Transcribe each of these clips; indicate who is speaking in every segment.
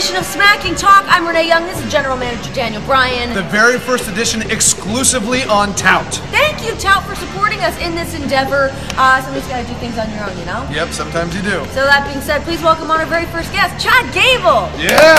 Speaker 1: E Acting Talk. I'm Renee Young. This is General Manager Daniel Bryan.
Speaker 2: The very first edition exclusively on Tout.
Speaker 1: Thank you, Tout, for supporting us in this endeavor. Uh, somebody's got to do things on your own, you know?
Speaker 2: Yep, sometimes you do.
Speaker 1: So, that being said, please welcome on our very first guest, Chad Gable.
Speaker 2: Yeah!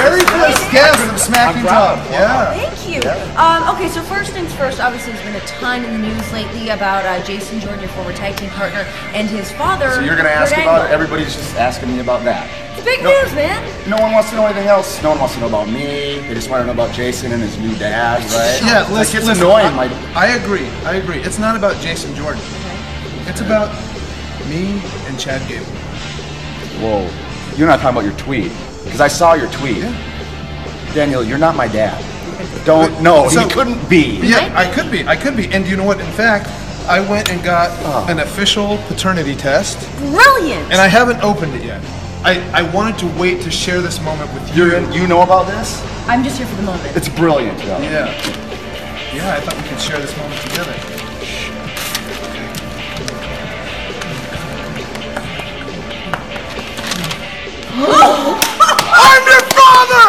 Speaker 2: Very first guest of Smacking Top. Yeah.
Speaker 1: Thank you. Um, okay, so first things first, obviously, there's been a ton in the news lately about uh, Jason Jordan, your former tag team partner, and his father.
Speaker 3: So you're gonna
Speaker 1: Kurt
Speaker 3: ask about it.
Speaker 1: Angle.
Speaker 3: Everybody's just asking me about that.
Speaker 1: It's big
Speaker 3: No.
Speaker 1: news, man.
Speaker 3: No one wants to know anything else. No one wants to know about me. They just want to know about Jason and his new dad, right?
Speaker 2: Yeah,
Speaker 3: like,
Speaker 2: listen,
Speaker 3: it's
Speaker 2: listen,
Speaker 3: annoying.
Speaker 2: I,
Speaker 3: Like,
Speaker 2: I agree. I agree. It's not about Jason Jordan. It's about me and Chad Gable.
Speaker 3: whoa, you're not talking about your tweet because I saw your tweet. Daniel, you're not my dad. Don't no,
Speaker 2: So-
Speaker 3: he couldn't be.
Speaker 2: Yeah, I could be. I could be. And you know what? In fact, I went and got
Speaker 3: Oh.
Speaker 2: an official paternity test,
Speaker 1: Brilliant.
Speaker 2: and I haven't opened it yet. I, I wanted to wait to share this moment with you.
Speaker 3: You're in, you know about this?
Speaker 1: I'm just here for the moment.
Speaker 3: It's brilliant. though.
Speaker 2: Yeah. Yeah, I thought we could share this moment together. I'm your father!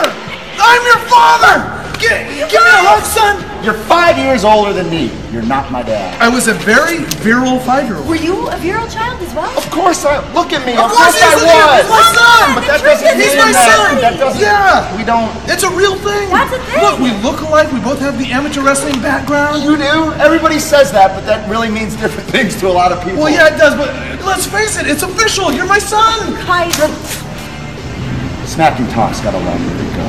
Speaker 2: I'm your father! Get, give me a hug, son!
Speaker 3: You're five years older than me. You're not my dad.
Speaker 2: I was a very virile five-year-old.
Speaker 1: Were you a virile child as well?
Speaker 3: Of course I look at me. Of,
Speaker 2: course
Speaker 3: I
Speaker 2: he's the dad.
Speaker 3: was.
Speaker 2: He's my son.
Speaker 3: But
Speaker 1: The
Speaker 3: that
Speaker 1: truth
Speaker 3: doesn't
Speaker 1: is
Speaker 2: He's
Speaker 1: he's
Speaker 3: mean
Speaker 2: my
Speaker 3: that-
Speaker 2: son!
Speaker 3: That doesn't.
Speaker 2: Yeah!
Speaker 3: We don't.
Speaker 2: It's a real thing!
Speaker 1: That's a thing.
Speaker 2: Look, we look alike, we both have the amateur wrestling background.
Speaker 3: You do? Everybody says that, but that really means different things to a lot of people.
Speaker 2: Well, yeah, it does, but let's face it, it's official, you're my son!
Speaker 1: Kaiser.
Speaker 3: Smacking Talk's got a long way to go.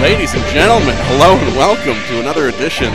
Speaker 4: Ladies and gentlemen, hello and welcome to another edition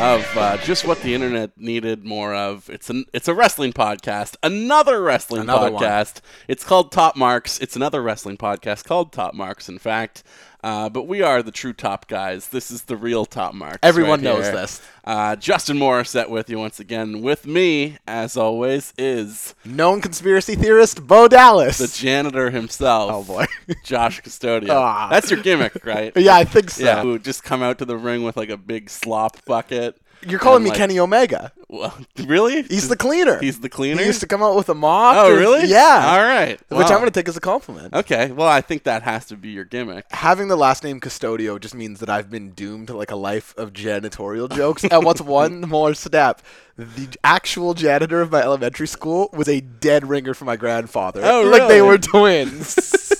Speaker 4: of uh, just what the internet needed more of. It's an it's a wrestling podcast, another wrestling
Speaker 5: Another one.
Speaker 4: podcast. It's called Top Marks. It's another wrestling podcast called Top Marks, in fact. Uh, but we are the true top guys. This is the real top marks.
Speaker 5: Everyone
Speaker 4: right
Speaker 5: knows
Speaker 4: here.
Speaker 5: this.
Speaker 4: Uh, Justin Morissette with you once again. With me, as always, is
Speaker 5: Known conspiracy theorist Bo Dallas.
Speaker 4: the janitor himself.
Speaker 5: Oh, boy.
Speaker 4: Josh Custodio.
Speaker 5: Ah.
Speaker 4: That's your gimmick, right?
Speaker 5: yeah, I think so.
Speaker 4: Yeah, who just come out to the ring with like a big slop bucket.
Speaker 5: You're calling
Speaker 4: and,
Speaker 5: me
Speaker 4: like-
Speaker 5: Kenny Omega.
Speaker 4: Well, really?
Speaker 5: He's the cleaner.
Speaker 4: He's the cleaner.
Speaker 5: He used to come out with a mop.
Speaker 4: oh,
Speaker 5: or-
Speaker 4: really?
Speaker 5: Yeah.
Speaker 4: All right.
Speaker 5: Which
Speaker 4: Wow.
Speaker 5: I'm going to take as a compliment.
Speaker 4: Okay. Well, I think that has to be your gimmick.
Speaker 5: Having the last name Custodio just means that I've been doomed to like a life of janitorial jokes. and what's one more step? The actual janitor of my elementary school was a dead ringer for my grandfather.
Speaker 4: Oh,
Speaker 5: like they
Speaker 4: really?
Speaker 5: were twins.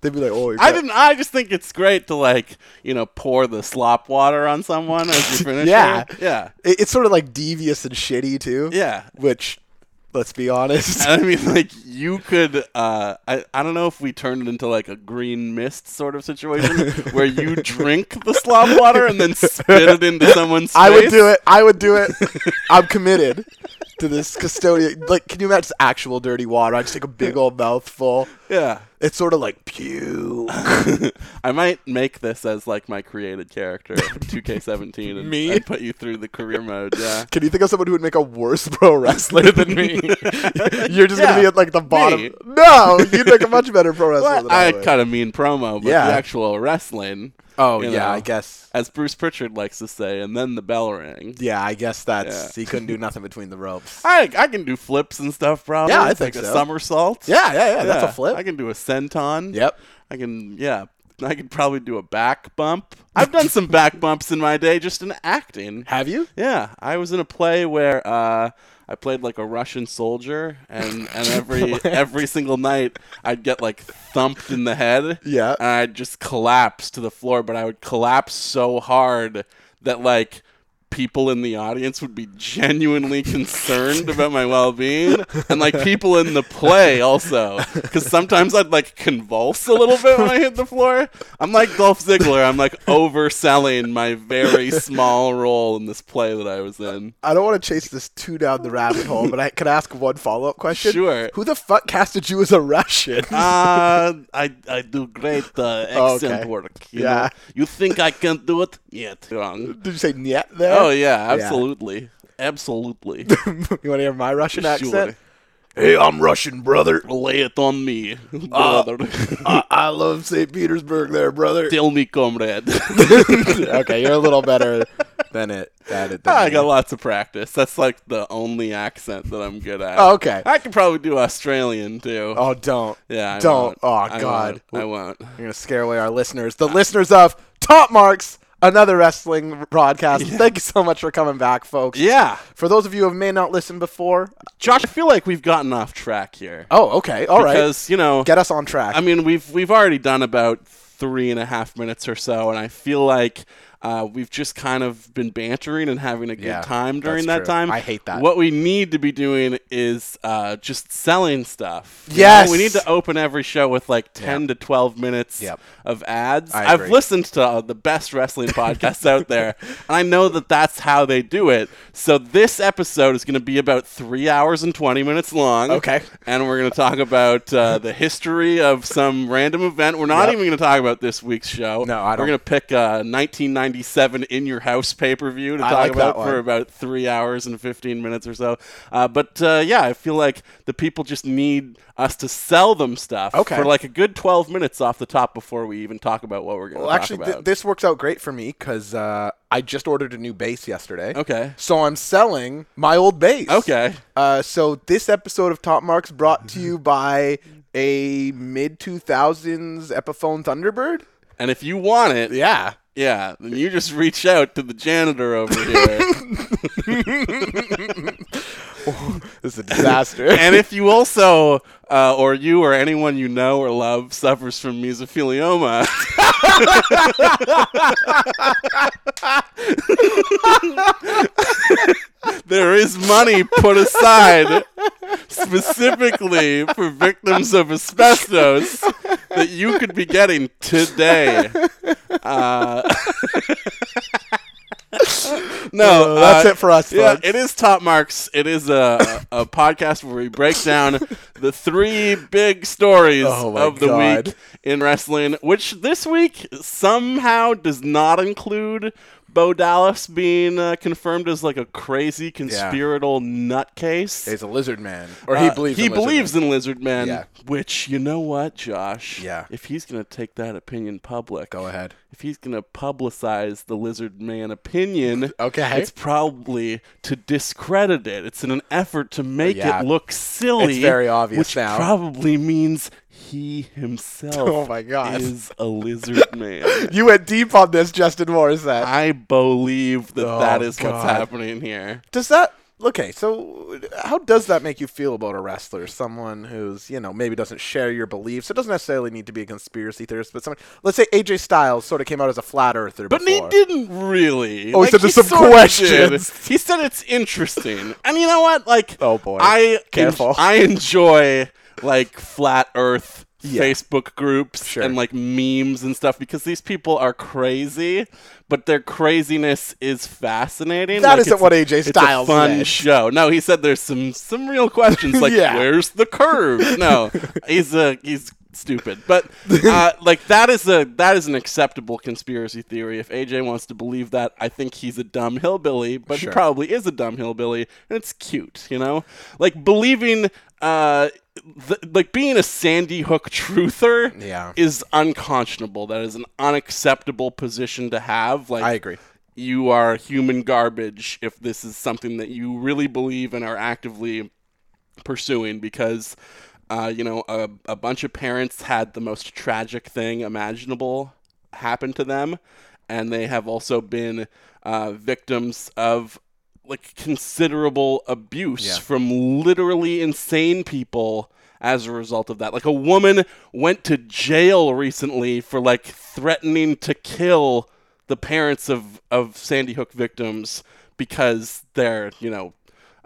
Speaker 5: They'd be like, "Oh, your
Speaker 4: I
Speaker 5: gra-
Speaker 4: didn't. I just think it's great to like you know pour the slop water on someone as you finish.
Speaker 5: Yeah.
Speaker 4: Yeah.
Speaker 5: It, it's sort of like devious and shitty too.
Speaker 4: Yeah.
Speaker 5: Which, let's be honest.
Speaker 4: I mean, like you could. Uh, I I don't know if we turned it into like a green mist sort of situation where you drink the slop water and then spit it into someone's. Face.
Speaker 5: I would do it. I would do it. I'm committed to this custodian. Like, can you imagine this actual dirty water? I just take a big old mouthful.
Speaker 4: Yeah.
Speaker 5: It's sort of like pew.
Speaker 4: Uh, I might make this as like my created character, 2K17, and,
Speaker 5: Me?
Speaker 4: and put you through the career mode. Yeah.
Speaker 5: Can you think of someone who would make a worse pro wrestler than me? You're just gonna
Speaker 4: Yeah,
Speaker 5: be at like the bottom.
Speaker 4: me.
Speaker 5: No, you'd make a much better pro wrestler
Speaker 4: Well,
Speaker 5: than I,
Speaker 4: I
Speaker 5: would.
Speaker 4: cut a mean promo, but
Speaker 5: Yeah.
Speaker 4: the actual wrestling.
Speaker 5: Oh,
Speaker 4: you
Speaker 5: yeah,
Speaker 4: know,
Speaker 5: I guess-
Speaker 4: As Bruce Pritchard likes to say, and then the bell rang.
Speaker 5: Yeah, I guess that's
Speaker 4: Yeah.
Speaker 5: he couldn't do nothing between the ropes.
Speaker 4: I I can do flips and stuff, probably.
Speaker 5: Yeah, I
Speaker 4: It's
Speaker 5: think
Speaker 4: like
Speaker 5: so.
Speaker 4: a somersault.
Speaker 5: Yeah, yeah, yeah. That's a
Speaker 4: Yeah,
Speaker 5: flip.
Speaker 4: I can do a senton.
Speaker 5: Yep.
Speaker 4: I can, yeah. I could probably do a back bump. I've done some back bumps in my day just in acting.
Speaker 5: Have you?
Speaker 4: Yeah, I was in a play where uh, I played like a Russian soldier, and, and every every single night I'd get like thumped in the head.
Speaker 5: Yeah.
Speaker 4: and I'd just collapse to the floor, but I would collapse so hard that like people in the audience would be genuinely concerned about my well-being and like people in the play also because sometimes i'd like convulse a little bit when i hit the floor i'm like dolph ziggler i'm like overselling my very small role in this play that i was in
Speaker 5: I don't want to chase this too down the rabbit hole, but I could ask one follow up question.
Speaker 4: Sure.
Speaker 5: Who the fuck casted you as a Russian?
Speaker 4: uh, I, I do great uh,
Speaker 5: Oh,
Speaker 4: accent
Speaker 5: okay.
Speaker 4: work. You
Speaker 5: Yeah.
Speaker 4: Know? You think I can do it? Yet wrong.
Speaker 5: Did you say Niet there?
Speaker 4: Oh yeah, absolutely, absolutely.
Speaker 5: you want to hear my Russian accent?
Speaker 3: Hey, I'm Russian, brother.
Speaker 4: Lay it on me,
Speaker 5: Uh,
Speaker 4: brother.
Speaker 3: I, I love St. Petersburg there, brother.
Speaker 4: Tell me, comrade.
Speaker 5: okay, you're a little better Then it. That it.
Speaker 4: I
Speaker 5: then
Speaker 4: got
Speaker 5: it.
Speaker 4: lots of practice. That's like the only accent that I'm good at.
Speaker 5: Oh, okay.
Speaker 4: I could probably do Australian too.
Speaker 5: Oh, don't.
Speaker 4: yeah. I
Speaker 5: don't.
Speaker 4: won't.
Speaker 5: Oh,
Speaker 4: I
Speaker 5: God.
Speaker 4: won't. I won't.
Speaker 5: You're gonna scare away our listeners. The listeners of Top Marks, another wrestling broadcast. Thank you so much for coming back, folks.
Speaker 4: Yeah.
Speaker 5: For those of you who may not listen before.
Speaker 4: Josh, I feel like we've gotten off track here.
Speaker 5: Oh, okay. All right.
Speaker 4: Because, you know,
Speaker 5: Get us on track.
Speaker 4: I mean, we've we've already done about three and a half minutes or so, and I feel like uh, we've just kind of been bantering and having a good
Speaker 5: Yeah,
Speaker 4: time during that
Speaker 5: that's true.
Speaker 4: time.
Speaker 5: I hate that.
Speaker 4: What we need to be doing is uh, just selling stuff. You
Speaker 5: Yes!
Speaker 4: we need to open every show with like ten to twelve minutes
Speaker 5: Yep.
Speaker 4: of ads.
Speaker 5: I
Speaker 4: I've
Speaker 5: agree.
Speaker 4: listened to uh, the best wrestling podcasts out there, and I know that that's how they do it. So this episode is going to be about three hours and twenty minutes long
Speaker 5: Okay.
Speaker 4: and we're going to talk about uh, the history of some random event. We're not
Speaker 5: Yep.
Speaker 4: even going to talk about this week's show.
Speaker 5: No, I
Speaker 4: We're
Speaker 5: don't-
Speaker 4: going to pick uh, 1997 in your house pay per view to
Speaker 5: I
Speaker 4: talk
Speaker 5: like
Speaker 4: about
Speaker 5: that
Speaker 4: for
Speaker 5: one.
Speaker 4: about three hours and 15 minutes or so. Uh, but uh, yeah, I feel like the people just need us to sell them stuff
Speaker 5: Okay.
Speaker 4: for like a good 12 minutes off the top before we even talk about what we're going to
Speaker 5: Well,
Speaker 4: talk
Speaker 5: actually,
Speaker 4: about.
Speaker 5: th- this works out great for me because uh, I just ordered a new bass yesterday.
Speaker 4: Okay.
Speaker 5: So I'm selling my old bass.
Speaker 4: Okay.
Speaker 5: Uh, so this episode of Top Marks brought to you by a mid 2000s Epiphone Thunderbird.
Speaker 4: and if you want it,
Speaker 5: Yeah.
Speaker 4: yeah, then you just reach out to the janitor over here.
Speaker 5: This is a disaster.
Speaker 4: and if you also, uh, or you or anyone you know or love, suffers from mesothelioma, there is money put aside specifically for victims of asbestos that you could be getting today. Uh, no,
Speaker 5: Oh, that's
Speaker 4: uh,
Speaker 5: it for us,
Speaker 4: Yeah,
Speaker 5: folks.
Speaker 4: it is top marks. It is a, a podcast where we break down the three big stories
Speaker 5: Oh my
Speaker 4: of the
Speaker 5: God.
Speaker 4: week in wrestling, which this week somehow does not include Bo Dallas being uh, confirmed as like a crazy conspiratorial nutcase.
Speaker 5: He's a lizard man. Or he
Speaker 4: Uh,
Speaker 5: believes
Speaker 4: he
Speaker 5: in lizard
Speaker 4: believes
Speaker 5: man.
Speaker 4: in lizard man,
Speaker 5: Yeah.
Speaker 4: which you know what, Josh?
Speaker 5: Yeah.
Speaker 4: If he's gonna take that opinion public,
Speaker 5: Go ahead.
Speaker 4: If he's gonna publicize the lizard man opinion,
Speaker 5: Okay.
Speaker 4: it's probably to discredit it. It's in an effort to make
Speaker 5: Yeah.
Speaker 4: it look silly.
Speaker 5: It's very obvious
Speaker 4: which
Speaker 5: now.
Speaker 4: probably means he himself.
Speaker 5: Oh my God.
Speaker 4: Is a lizard man.
Speaker 5: You went deep on this, Justin Morissette.
Speaker 4: I believe that
Speaker 5: Oh,
Speaker 4: that is what's
Speaker 5: God.
Speaker 4: happening here.
Speaker 5: Does that okay? So, how does that make you feel about a wrestler? Someone who's you know maybe doesn't share your beliefs. It doesn't necessarily need to be a conspiracy theorist, but someone. Let's say AJ Styles sort of came out as a flat earther,
Speaker 4: But he
Speaker 5: before.
Speaker 4: didn't really.
Speaker 5: Oh, he said there's some
Speaker 4: sorta
Speaker 5: questions.
Speaker 4: did. He said it's interesting, and you know what? Like,
Speaker 5: Oh, boy.
Speaker 4: I
Speaker 5: Careful.
Speaker 4: en- I enjoy like flat Earth
Speaker 5: Yeah.
Speaker 4: Facebook groups
Speaker 5: Sure.
Speaker 4: and like memes and stuff because these people are crazy, but their craziness is fascinating.
Speaker 5: That
Speaker 4: That
Speaker 5: isn't what AJ Styles
Speaker 4: It's a fun
Speaker 5: said.
Speaker 4: show. No, he said there's some some real questions like
Speaker 5: Yeah.
Speaker 4: where's the curve? No, he's a he's stupid. But uh, like that is a that is an acceptable conspiracy theory. If AJ wants to believe that, I think he's a dumb hillbilly. But
Speaker 5: Sure.
Speaker 4: he probably is a dumb hillbilly, and it's cute, you know. Like believing. Uh, th- like being a Sandy Hook truther
Speaker 5: Yeah.
Speaker 4: is unconscionable. That is an unacceptable position to have. Like
Speaker 5: I agree.
Speaker 4: you are human garbage if this is something that you really believe and are actively pursuing because uh, you know a, a bunch of parents had the most tragic thing imaginable happen to them and they have also been uh, victims of like considerable abuse from literally insane people as a result of that like a woman went to jail recently for like threatening to kill the parents of of Sandy Hook victims because they're you know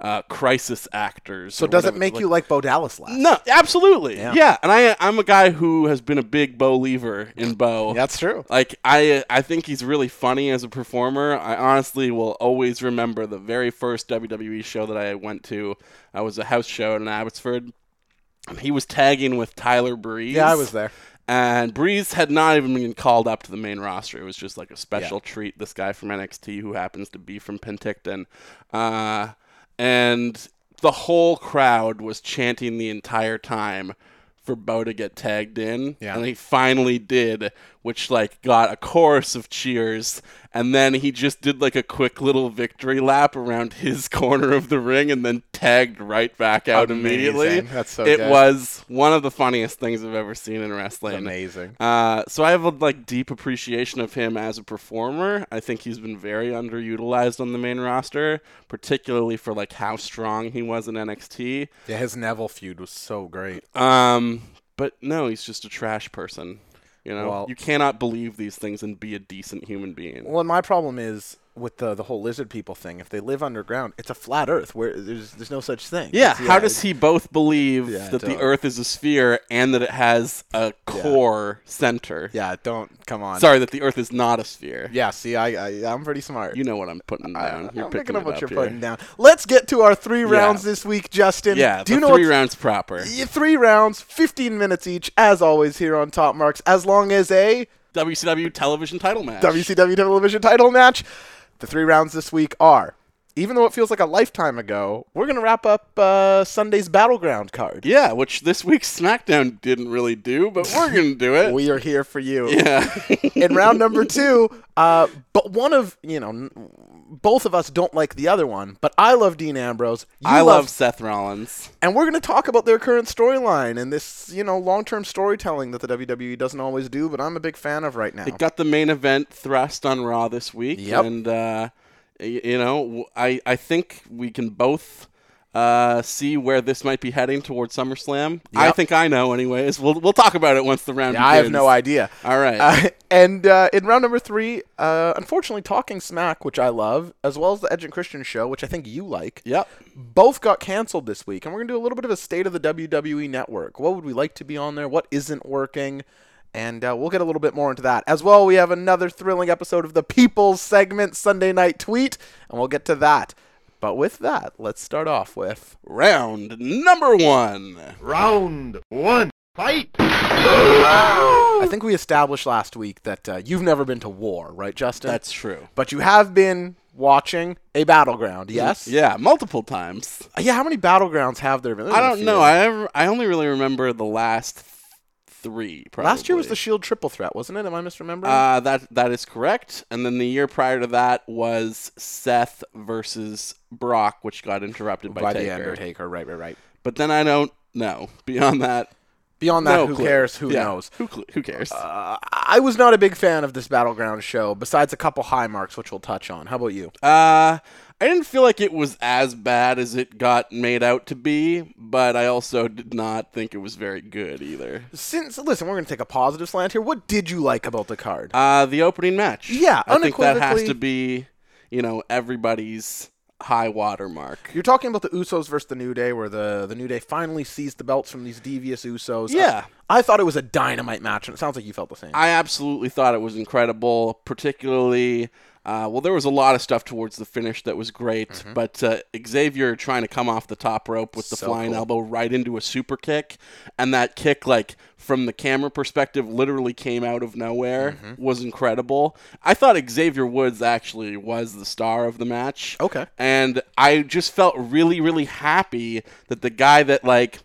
Speaker 4: uh, crisis actors.
Speaker 5: So does it make you like Bo Dallas less?
Speaker 4: No, absolutely. Yeah. and I I'm a guy who has been a big Bo lever in Bo.
Speaker 5: That's true.
Speaker 4: Like I I think he's really funny as a performer. I honestly will always remember the very first WWE show that I went to. I was a house show in Abbotsford. And he was tagging with Tyler Breeze.
Speaker 5: Yeah, I was there.
Speaker 4: And Breeze had not even been called up to the main roster. It was just like a special treat. This guy from NXT who happens to be from Penticton. Uh, and the whole crowd was chanting the entire time for Bo to get tagged in.
Speaker 5: Yeah.
Speaker 4: And he finally did which like got a chorus of cheers, and then he just did like a quick little victory lap around his corner of the ring, and then tagged right back out immediately.
Speaker 5: Amazing. That's so
Speaker 4: it
Speaker 5: good.
Speaker 4: was one of the funniest things I've ever seen in wrestling.
Speaker 5: Amazing.
Speaker 4: Uh, so I have a like deep appreciation of him as a performer. I think he's been very underutilized on the main roster, particularly for like how strong he was in NXT.
Speaker 5: Yeah, his Neville feud was so great.
Speaker 4: Um, but no, he's just a trash person. You know,
Speaker 5: Well-
Speaker 4: you cannot believe these things and be a decent human being.
Speaker 5: Well, and my problem is with the the whole lizard people thing. If they live underground, it's a flat Earth where there's there's no such thing.
Speaker 4: yeah,
Speaker 5: It's-
Speaker 4: how does he both believe
Speaker 5: Yeah,
Speaker 4: that the
Speaker 5: don't.
Speaker 4: Earth is a sphere and that it has a core center?
Speaker 5: Yeah, don't come on.
Speaker 4: Sorry, that the Earth is not a sphere.
Speaker 5: Yeah, see, I, I I'm pretty smart.
Speaker 4: You know what I'm putting down. You're picking
Speaker 5: I'm picking
Speaker 4: it
Speaker 5: up what you're
Speaker 4: here.
Speaker 5: putting down. Let's get to our three rounds this week, Justin.
Speaker 4: Yeah,
Speaker 5: do you
Speaker 4: the
Speaker 5: know
Speaker 4: three
Speaker 5: what's-
Speaker 4: rounds proper.
Speaker 5: Yeah, Three rounds, 15 minutes each, as always here on Top Marks, as long as a
Speaker 4: WCW television title match.
Speaker 5: WCW television title match. The three rounds this week are, even though it feels like a lifetime ago, we're going to wrap up uh, Sunday's Battleground card.
Speaker 4: Yeah, which this week's SmackDown didn't really do, but we're gonna do it.
Speaker 5: We are here for you.
Speaker 4: yeah.
Speaker 5: in round number two. Uh, but one of you know, n- both of us don't like the other one. But I love Dean Ambrose. You
Speaker 4: I love Seth Rollins.
Speaker 5: and we're going to talk about their current storyline and this you know long-term storytelling that the WWE doesn't always do, but I'm a big fan of right now.
Speaker 4: It got the main event thrust on Raw this week,
Speaker 5: Yep.
Speaker 4: and uh, y- you know, w- I I think we can both uh, see where this might be heading towards SummerSlam. I
Speaker 5: Yep.
Speaker 4: think I know, anyways. We'll we'll talk about it once the round.
Speaker 5: Yeah, I have
Speaker 4: begins.
Speaker 5: no idea.
Speaker 4: All right.
Speaker 5: Uh, and uh, in round number three, uh, unfortunately, Talking Smack, which I love, as well as the Edge and Christian show, which I think you like,
Speaker 4: Yep.
Speaker 5: both got canceled this week. And we're going to do a little bit of a state of the WWE network. What would we like to be on there? What isn't working? And uh, we'll get a little bit more into that. As well, we have another thrilling episode of the People's segment, Sunday Night Tweet, and we'll get to that. But with that, let's start off with.
Speaker 4: Round number one.
Speaker 6: Round one, fight!
Speaker 5: I think we established last week that uh, you've never been to war, right, Justin?
Speaker 4: That's true.
Speaker 5: but you have been watching a battleground. Yes.
Speaker 4: Yeah, multiple times.
Speaker 5: Yeah. How many battlegrounds have there been? There's
Speaker 4: I
Speaker 5: been a
Speaker 4: don't
Speaker 5: few.
Speaker 4: know. I ever, I only really remember the last th- three. Probably.
Speaker 5: Last year was the Shield E triple threat, wasn't it? Am I misremembering?
Speaker 4: uh, that that is correct. And then the year prior to that was Seth versus Brock, which got interrupted by,
Speaker 5: By
Speaker 4: Taker.
Speaker 5: the Undertaker. Right. Right. Right.
Speaker 4: But then I don't know. Beyond that,
Speaker 5: Beyond that,
Speaker 4: no
Speaker 5: who
Speaker 4: clue.
Speaker 5: cares? Who
Speaker 4: Yeah,
Speaker 5: knows?
Speaker 4: Who cl- who cares? Uh,
Speaker 5: I was not a big fan of this battleground show. Besides a couple high marks, which we'll touch on. How about you?
Speaker 4: Uh, I didn't feel like it was as bad as it got made out to be, but I also did not think it was very good either.
Speaker 5: Since listen, we're going to take a positive slant here. What did you like about the card?
Speaker 4: Uh, the opening match.
Speaker 5: Yeah,
Speaker 4: I think that has
Speaker 5: unequivocally-
Speaker 4: to be, you know, everybody's high water mark.
Speaker 5: You're talking about the Usos versus the New Day, where the, the New Day finally seized the belts from these devious Usos. Uh,
Speaker 4: Yeah.
Speaker 5: I, I thought it was a dynamite match, and it sounds like you felt the same.
Speaker 4: I absolutely thought it was incredible, particularly. Uh, well, there was a lot of stuff towards the finish that was great, but uh, Xavier trying to come off the top rope with the flying elbow right into a super kick, and that kick, like from the camera perspective, literally came out of nowhere, was incredible. I thought Xavier Woods actually was the star of the match.
Speaker 5: Okay.
Speaker 4: and I just felt really, really happy that the guy that like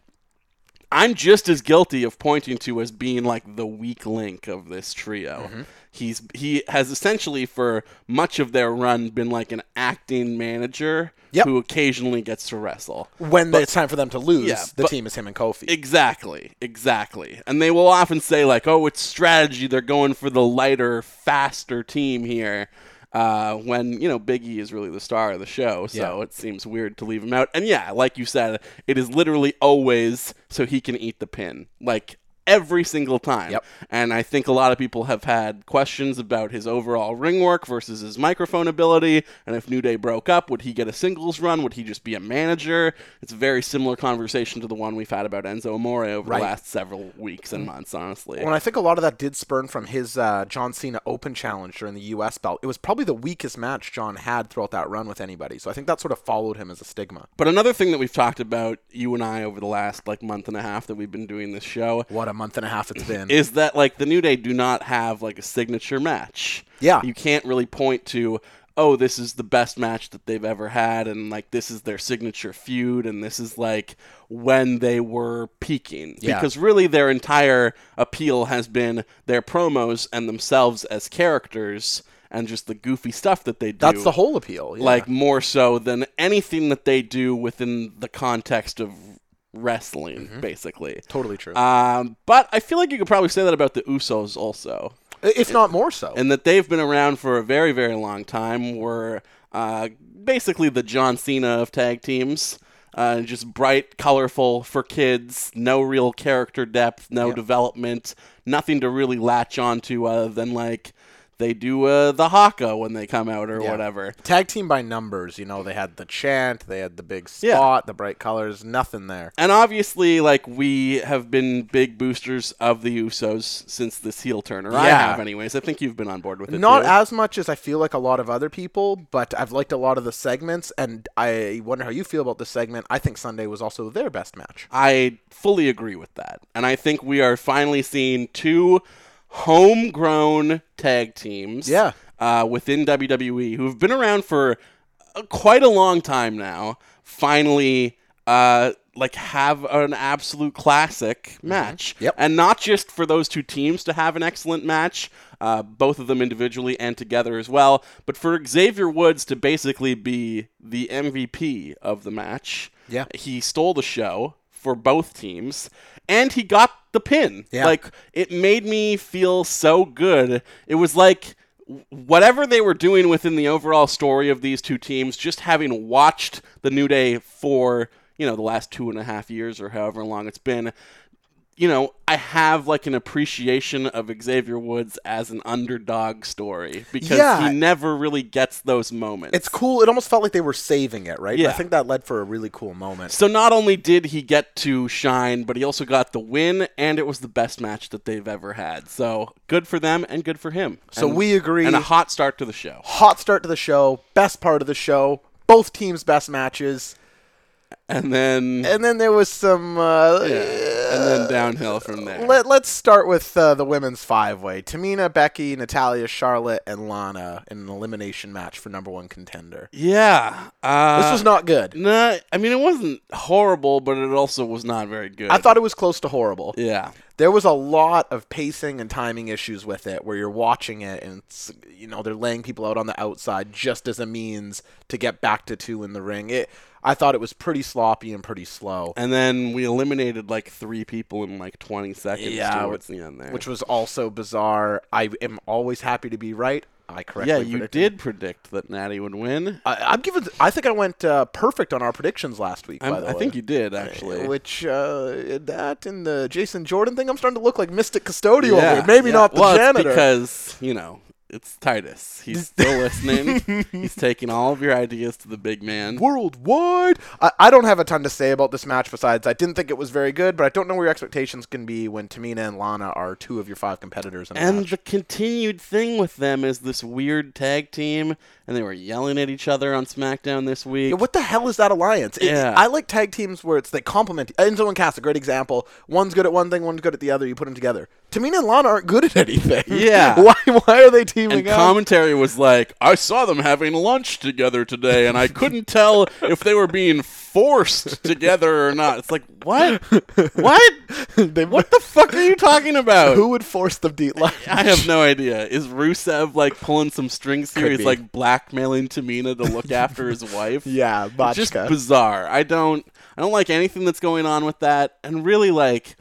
Speaker 4: I'm just as guilty of pointing to as being like the weak link of this trio. He's he has essentially for much of their run been like an acting manager
Speaker 5: Yep.
Speaker 4: who occasionally gets to wrestle.
Speaker 5: when it's time for them to lose,
Speaker 4: Yeah,
Speaker 5: the
Speaker 4: but-
Speaker 5: team is him and Kofi.
Speaker 4: Exactly, exactly. And they will often say like, "Oh, it's strategy. They're going for the lighter, faster team here." Uh, when you know Biggie is really the star of the show, so it seems weird to leave him out. And yeah, like you said, it is literally always so he can eat the pin, like every single time.
Speaker 5: Yep.
Speaker 4: And I think a lot of people have had questions about his overall ring work versus his microphone ability. And if New Day broke up, would he get a singles run? Would he just be a manager? It's a very similar conversation to the one we've had about Enzo Amore over
Speaker 5: Right. Mm.
Speaker 4: the last several weeks and months, honestly.
Speaker 5: When I think a lot of that did spurn from his uh, John Cena Open Challenge during the U.S. belt, it was probably the weakest match John had throughout that run with anybody. So I think that sort of followed him as a stigma.
Speaker 4: But another thing that we've talked about, you and I, over the last like month and a half that we've been doing this show,
Speaker 5: What a month and a half it's been.
Speaker 4: is that like the New Day do not have like a signature match.
Speaker 5: Yeah.
Speaker 4: You can't really point to, oh, this is the best match that they've ever had, and like this is their signature feud, and this is like when they were peaking.
Speaker 5: Yeah.
Speaker 4: Because really, their entire appeal has been their promos and themselves as characters and just the goofy stuff that they do.
Speaker 5: That's the whole appeal. yeah.
Speaker 4: Like more so than anything that they do within the context of wrestling, basically.
Speaker 5: Mm-hmm. totally true.
Speaker 4: Um, but I feel like you could probably say that about the Usos also
Speaker 5: if not more so.
Speaker 4: and that they've been around for a very, very long time. Were uh, basically the John Cena of tag teams, uh, just bright, colorful for kids, no real character depth, no development, nothing to really latch onto other than like they do uh, the haka when they come out or
Speaker 5: Yeah.
Speaker 4: whatever.
Speaker 5: Tag team by numbers, you know, they had the chant, they had the big
Speaker 4: Yeah.
Speaker 5: spot, the bright colors, nothing there.
Speaker 4: And obviously, like we have been big boosters of the Usos since this heel turn, or I
Speaker 5: Yeah.
Speaker 4: have, anyways. I think you've been on board with it.
Speaker 5: Not
Speaker 4: too.
Speaker 5: as much as I feel like a lot of other people, but I've liked a lot of the segments, and I wonder how you feel about this segment. I think Sunday was also their best match.
Speaker 4: I fully agree with that. And I think we are finally seeing two homegrown tag teams
Speaker 5: Yeah.
Speaker 4: uh, within WWE who've been around for uh, quite a long time now finally uh, like have an absolute classic match.
Speaker 5: Mm-hmm. Yep.
Speaker 4: And not just for those two teams to have an excellent match, uh, both of them individually and together as well, but for Xavier Woods to basically be the MVP of the match.
Speaker 5: Yeah.
Speaker 4: He stole the show for both teams and he got the pin.
Speaker 5: Yeah.
Speaker 4: Like it made me feel so good. It was like whatever they were doing within the overall story of these two teams, just having watched the New Day for, you know, the last two and a half years or however long it's been, you know, I have like an appreciation of Xavier Woods as an underdog story because
Speaker 5: Yeah.
Speaker 4: he never really gets those moments.
Speaker 5: It's cool. It almost felt like they were saving it, right?
Speaker 4: Yeah.
Speaker 5: I think that led for a really cool moment.
Speaker 4: So not only did he get to shine, but he also got the win, and it was the best match that they've ever had. So good for them and good for him.
Speaker 5: So
Speaker 4: And-
Speaker 5: we agree.
Speaker 4: And a hot start to the show.
Speaker 5: Hot start to the show, best part of the show, both teams' best matches,
Speaker 4: And then
Speaker 5: and then there was some. Uh,
Speaker 4: yeah, and then downhill from there.
Speaker 5: Let, let's start with uh, the women's five way Tamina, Becky, Natalia, Charlotte, and Lana in an elimination match for number one contender.
Speaker 4: yeah. Uh,
Speaker 5: This was not good.
Speaker 4: Nah, I mean, it wasn't horrible, but it also was not very good.
Speaker 5: I thought it was close to horrible.
Speaker 4: Yeah.
Speaker 5: There was a lot of pacing and timing issues with it where you're watching it and it's, you know they're laying people out on the outside just as a means to get back to two in the ring. It I thought it was pretty sloppy and pretty slow.
Speaker 4: And then we eliminated like three people in like 20 seconds
Speaker 5: Yeah,
Speaker 4: towards the end there.
Speaker 5: Which was also bizarre. I am always happy to be right. I correctly
Speaker 4: yeah, you
Speaker 5: predicted
Speaker 4: did predict that Natty would win.
Speaker 5: I, I'm giving. I think I went uh, perfect on our predictions last week. by
Speaker 4: I'm,
Speaker 5: the
Speaker 4: I
Speaker 5: way.
Speaker 4: think you did actually.
Speaker 5: Which uh, that and the Jason Jordan thing, I'm starting to look like Mystic Custodial.
Speaker 4: Yeah,
Speaker 5: here. Maybe
Speaker 4: yeah.
Speaker 5: not the
Speaker 4: well, it's
Speaker 5: janitor.
Speaker 4: because you know it's Titus. He's still listening. He's taking all of your ideas to the big man.
Speaker 5: Worldwide, I, I don't have a ton to say about this match. Besides, I didn't think it was very good, but I don't know where your expectations can be when Tamina and Lana are two of your five competitors. In a
Speaker 4: And
Speaker 5: match.
Speaker 4: the continued thing with them is this weird tag team, and they were yelling at each other on SmackDown this week.
Speaker 5: Yeah, what the hell is that alliance? It-
Speaker 4: Yeah.
Speaker 5: I like tag teams where it's they complement. Enzo and Cass a great example. One's good at one thing, one's good at the other. You put them together. Tamina and Lana aren't good at anything.
Speaker 4: Yeah.
Speaker 5: why? Why are they teaming
Speaker 4: and
Speaker 5: up?
Speaker 4: commentary was like, I saw them having lunch together today, and I couldn't tell if they were being forced together or not. It's like, what? What?
Speaker 5: They-
Speaker 4: What the fuck are you talking about?
Speaker 5: Who would force them to eat lunch?
Speaker 4: I have no idea. Is Rusev like pulling some strings here?
Speaker 5: Could
Speaker 4: He's
Speaker 5: be.
Speaker 4: like blackmailing Tamina to look after his wife.
Speaker 5: Yeah,
Speaker 4: It's just
Speaker 5: Botchka.
Speaker 4: bizarre. I don't, I don't like anything that's going on with that. And really, like,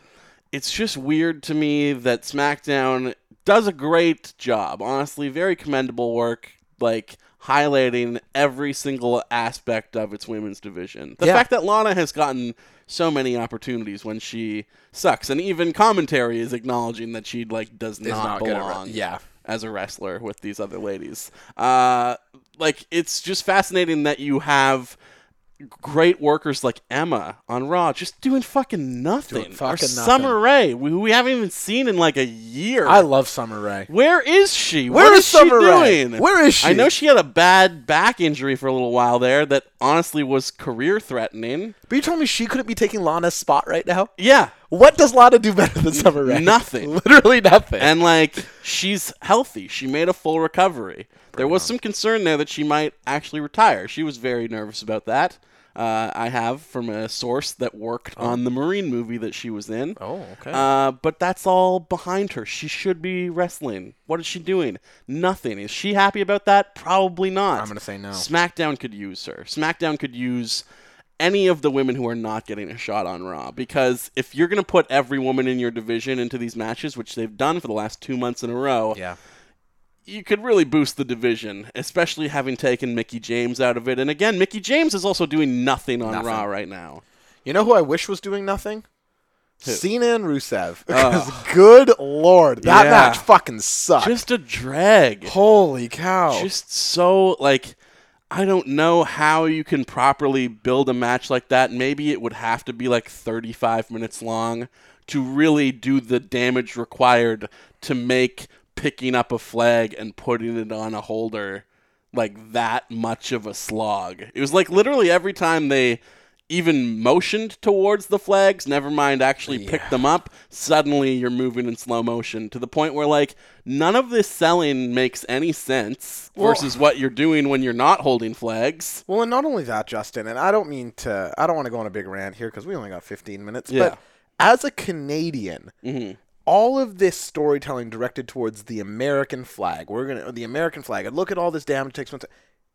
Speaker 4: it's just weird to me that SmackDown does a great job. Honestly, very commendable work. Like highlighting every single aspect of its women's division. The
Speaker 5: Yeah.
Speaker 4: fact that Lana has gotten so many opportunities when she sucks and even commentary is acknowledging that she like does not,
Speaker 5: not good at wrest-
Speaker 4: belong
Speaker 5: yeah.
Speaker 4: as a wrestler with these other ladies. Uh, like it's just fascinating that you have great workers like Emma on Raw just doing fucking nothing.
Speaker 5: Doing
Speaker 4: or
Speaker 5: fucking
Speaker 4: Summer Rae, who we haven't even seen in like a year.
Speaker 5: I love Summer Rae.
Speaker 4: Where is she?
Speaker 5: Where
Speaker 4: what
Speaker 5: is
Speaker 4: she
Speaker 5: Summer Rae?
Speaker 4: doing?
Speaker 5: Where is she?
Speaker 4: I know she had a bad back injury for a little while there that honestly was career threatening.
Speaker 5: But you told me she couldn't be taking Lana's spot right now.
Speaker 4: Yeah.
Speaker 5: What does Lana do better than Summer Rae?
Speaker 4: Nothing.
Speaker 5: Literally nothing.
Speaker 4: And like she's healthy. She made a full recovery. There was some concern there that she might actually retire. She was very nervous about that. Uh, I have from a source that worked on the Marine movie that she was in.
Speaker 5: Oh, okay.
Speaker 4: Uh, but that's all behind her. She should be wrestling. What is she doing? Nothing. Is she happy about that? Probably not.
Speaker 5: I'm gonna say no.
Speaker 4: SmackDown could use her. SmackDown could use any of the women who are not getting a shot on Raw because if you're going to put every woman in your division into these matches, which they've done for the last two months in a row,
Speaker 5: yeah.
Speaker 4: you could really boost the division, especially having taken Mickey James out of it. And again, Mickey James is also doing nothing on Raw right now.
Speaker 5: You know who I wish was doing nothing? Cena and Rusev. 'Cause good lord, that
Speaker 4: Yeah.
Speaker 5: match fucking sucked.
Speaker 4: Just a drag.
Speaker 5: Holy cow.
Speaker 4: Just so like. I don't know how you can properly build a match like that. Maybe it would have to be like 35 minutes long to really do the damage required to make picking up a flag and putting it on a holder like that much of a slog. It was like literally every time they even motioned towards the flags, never mind actually picked them up, suddenly you're moving in slow motion to the point where like none of this selling makes any sense versus what you're doing when you're not holding flags.
Speaker 5: Well, and not only that, Justin, and I don't mean to, I don't want to go on a big rant here because we only got 15 minutes,
Speaker 4: Yeah. Mm-hmm.
Speaker 5: but as a Canadian, all of this storytelling directed towards the American flag, we're going to, the American flag, and look at all this damage it takes.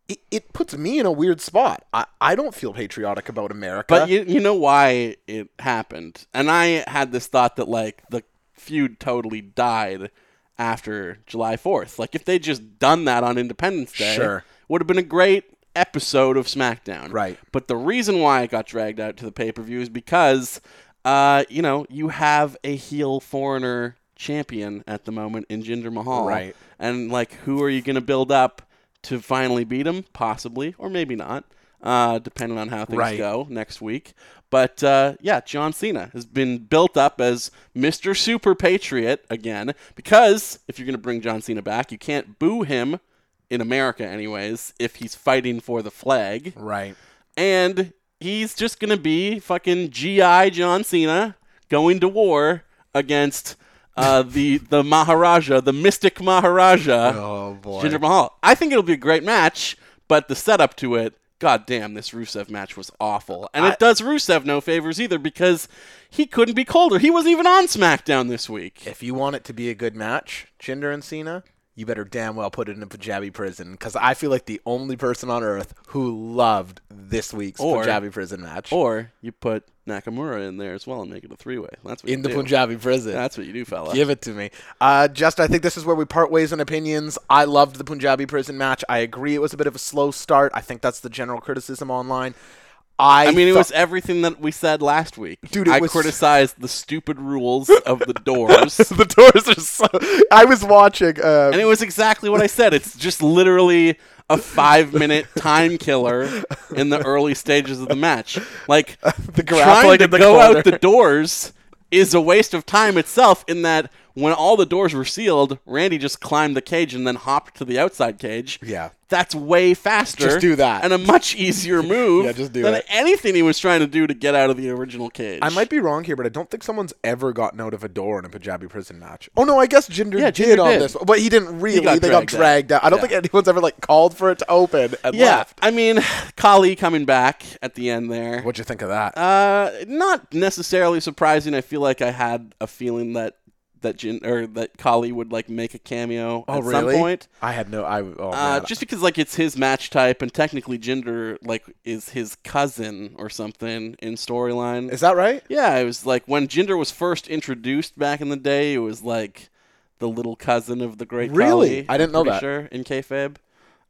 Speaker 5: It, it puts me in a weird spot. I, I don't feel patriotic about America.
Speaker 4: But you, you know why it happened. And I had this thought that like the feud totally died after July 4th. Like if they just done that on Independence Day,
Speaker 5: Sure.
Speaker 4: would have been a great episode of SmackDown.
Speaker 5: Right.
Speaker 4: But the reason why it got dragged out to the pay-per-view is because uh, you know, you have a heel foreigner champion at the moment in Jinder Mahal.
Speaker 5: Right.
Speaker 4: And like who are you going to build up to finally beat him? Possibly or maybe not. Uh, depending on how things
Speaker 5: Right.
Speaker 4: go next week. But uh, yeah, John Cena has been built up as Mr. Super Patriot again because if you're going to bring John Cena back, you can't boo him in America, anyways, if he's fighting for the flag.
Speaker 5: right.
Speaker 4: And he's just going to be fucking GI John Cena going to war against. Uh, the the Maharaja, the Mystic Maharaja,
Speaker 5: Oh, boy.
Speaker 4: Jinder Mahal. I think it'll be a great match, but the setup to it, god damn, this Rusev match was awful. And it does Rusev no favors either because he couldn't be colder. He wasn't even on SmackDown this week.
Speaker 5: If you want it to be a good match, Jinder and Cena, you better damn well put it in Punjabi prison because I feel like the only person on earth who loved this week's
Speaker 4: Or-
Speaker 5: Punjabi prison match
Speaker 4: Or you put Nakamura in there as well and make it a three way. That's what
Speaker 5: in
Speaker 4: you
Speaker 5: the
Speaker 4: do.
Speaker 5: Punjabi prison.
Speaker 4: That's what you do, fella.
Speaker 5: Give it to me. Uh, just, I think this is where we part ways on opinions. I loved the Punjabi prison match. I agree it was a bit of a slow start. I think that's the general criticism online. I,
Speaker 4: I mean, it
Speaker 5: thought-
Speaker 4: was everything that we said last week.
Speaker 5: Dude, it
Speaker 4: I
Speaker 5: was-
Speaker 4: criticized the stupid rules of the doors.
Speaker 5: the doors are so. I was watching. Uh,
Speaker 4: And it was exactly what I said. It's just literally a five minute time killer in the early stages of the match. Like
Speaker 5: The
Speaker 4: trying
Speaker 5: grappling
Speaker 4: to
Speaker 5: in the
Speaker 4: go
Speaker 5: corner.
Speaker 4: out the doors is a waste of time itself in that when all the doors were sealed, Randy just climbed the cage and then hopped to the outside cage.
Speaker 5: Yeah.
Speaker 4: That's way faster.
Speaker 5: Just do that.
Speaker 4: And a much easier move
Speaker 5: Yeah, just do
Speaker 4: than
Speaker 5: it.
Speaker 4: anything he was trying to do to get out of the original cage.
Speaker 5: I might be wrong here, but I don't think someone's ever gotten out of a door in a Punjabi prison match. Oh no, I guess Jinder
Speaker 4: Yeah,
Speaker 5: did
Speaker 4: Jinder
Speaker 5: on
Speaker 4: did.
Speaker 5: this, but he didn't really.
Speaker 4: got
Speaker 5: they got
Speaker 4: dragged out.
Speaker 5: dragged out. I don't
Speaker 4: Yeah.
Speaker 5: think anyone's ever like called for it to open and
Speaker 4: yeah.
Speaker 5: left.
Speaker 4: I mean, Kali coming back at the end there.
Speaker 5: What'd you think of that?
Speaker 4: Uh, not necessarily surprising. I feel like I had a feeling that that Jin or that Kali would like make a cameo
Speaker 5: oh
Speaker 4: at
Speaker 5: really?
Speaker 4: some point.
Speaker 5: I had no. I oh,
Speaker 4: Uh,
Speaker 5: man.
Speaker 4: just because like it's his match type, and technically Jinder like is his cousin or something in storyline.
Speaker 5: is that right?
Speaker 4: Yeah, it was like when Jinder was first introduced back in the day. It was like the little cousin of the great.
Speaker 5: Really?
Speaker 4: Kali,
Speaker 5: I didn't know
Speaker 4: I'm pretty
Speaker 5: that.
Speaker 4: Sure, in kayfabe.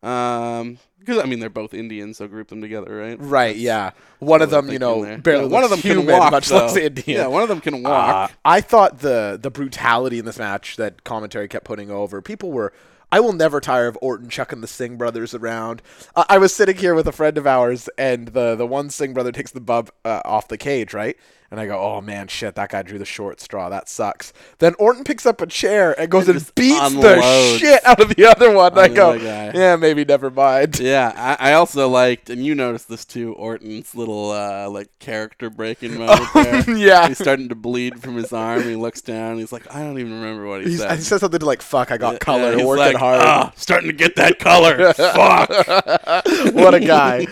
Speaker 4: Um, because I mean they're both Indian, so group them together, right?
Speaker 5: Right. Yeah. One of
Speaker 4: what I'm
Speaker 5: them, you
Speaker 4: thinking
Speaker 5: know,
Speaker 4: there.
Speaker 5: barely.
Speaker 4: Yeah, one of them
Speaker 5: looks human,
Speaker 4: can walk.
Speaker 5: much
Speaker 4: though.
Speaker 5: less Indian.
Speaker 4: Yeah, one of them can
Speaker 5: Uh,
Speaker 4: walk.
Speaker 5: I thought the the brutality in this match that commentary kept putting over. People were. I will never tire of Orton chucking the Singh brothers around. Uh, I was sitting here with a friend of ours, and the the one Singh brother takes the bub uh, off the cage, right? And I go, oh man, shit, that guy drew the short straw. That sucks. Then Orton picks up a chair and goes and,
Speaker 4: just
Speaker 5: beats the
Speaker 4: unloads.
Speaker 5: shit out of the other one. And I
Speaker 4: the
Speaker 5: go,
Speaker 4: other guy.
Speaker 5: yeah, maybe never mind.
Speaker 4: Yeah, I, I also liked, and you noticed this too, Orton's little uh, like character breaking moment. there.
Speaker 5: yeah.
Speaker 4: he's starting to bleed from his arm. He looks down. And he's like, I don't even remember what he
Speaker 5: He's,
Speaker 4: said.
Speaker 5: he says something like, fuck, I got
Speaker 4: Yeah,
Speaker 5: color,
Speaker 4: he's
Speaker 5: working
Speaker 4: like,
Speaker 5: hard.
Speaker 4: "Ah, starting to get that color. Fuck.
Speaker 5: what a guy.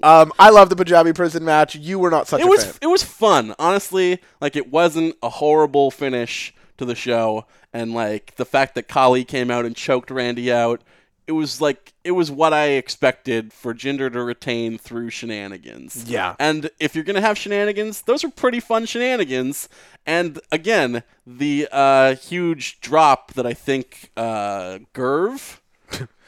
Speaker 5: Um, I love the Punjabi prison match. You were not such
Speaker 4: It
Speaker 5: a
Speaker 4: was
Speaker 5: fan.
Speaker 4: it was fun, honestly. Like it wasn't a horrible finish to the show, and like the fact that Kali came out and choked Randy out, it was like it was what I expected for Jinder to retain through shenanigans.
Speaker 5: Yeah.
Speaker 4: And if you're gonna have shenanigans, those are pretty fun shenanigans. And again, the uh, huge drop that I think uh, Gerv.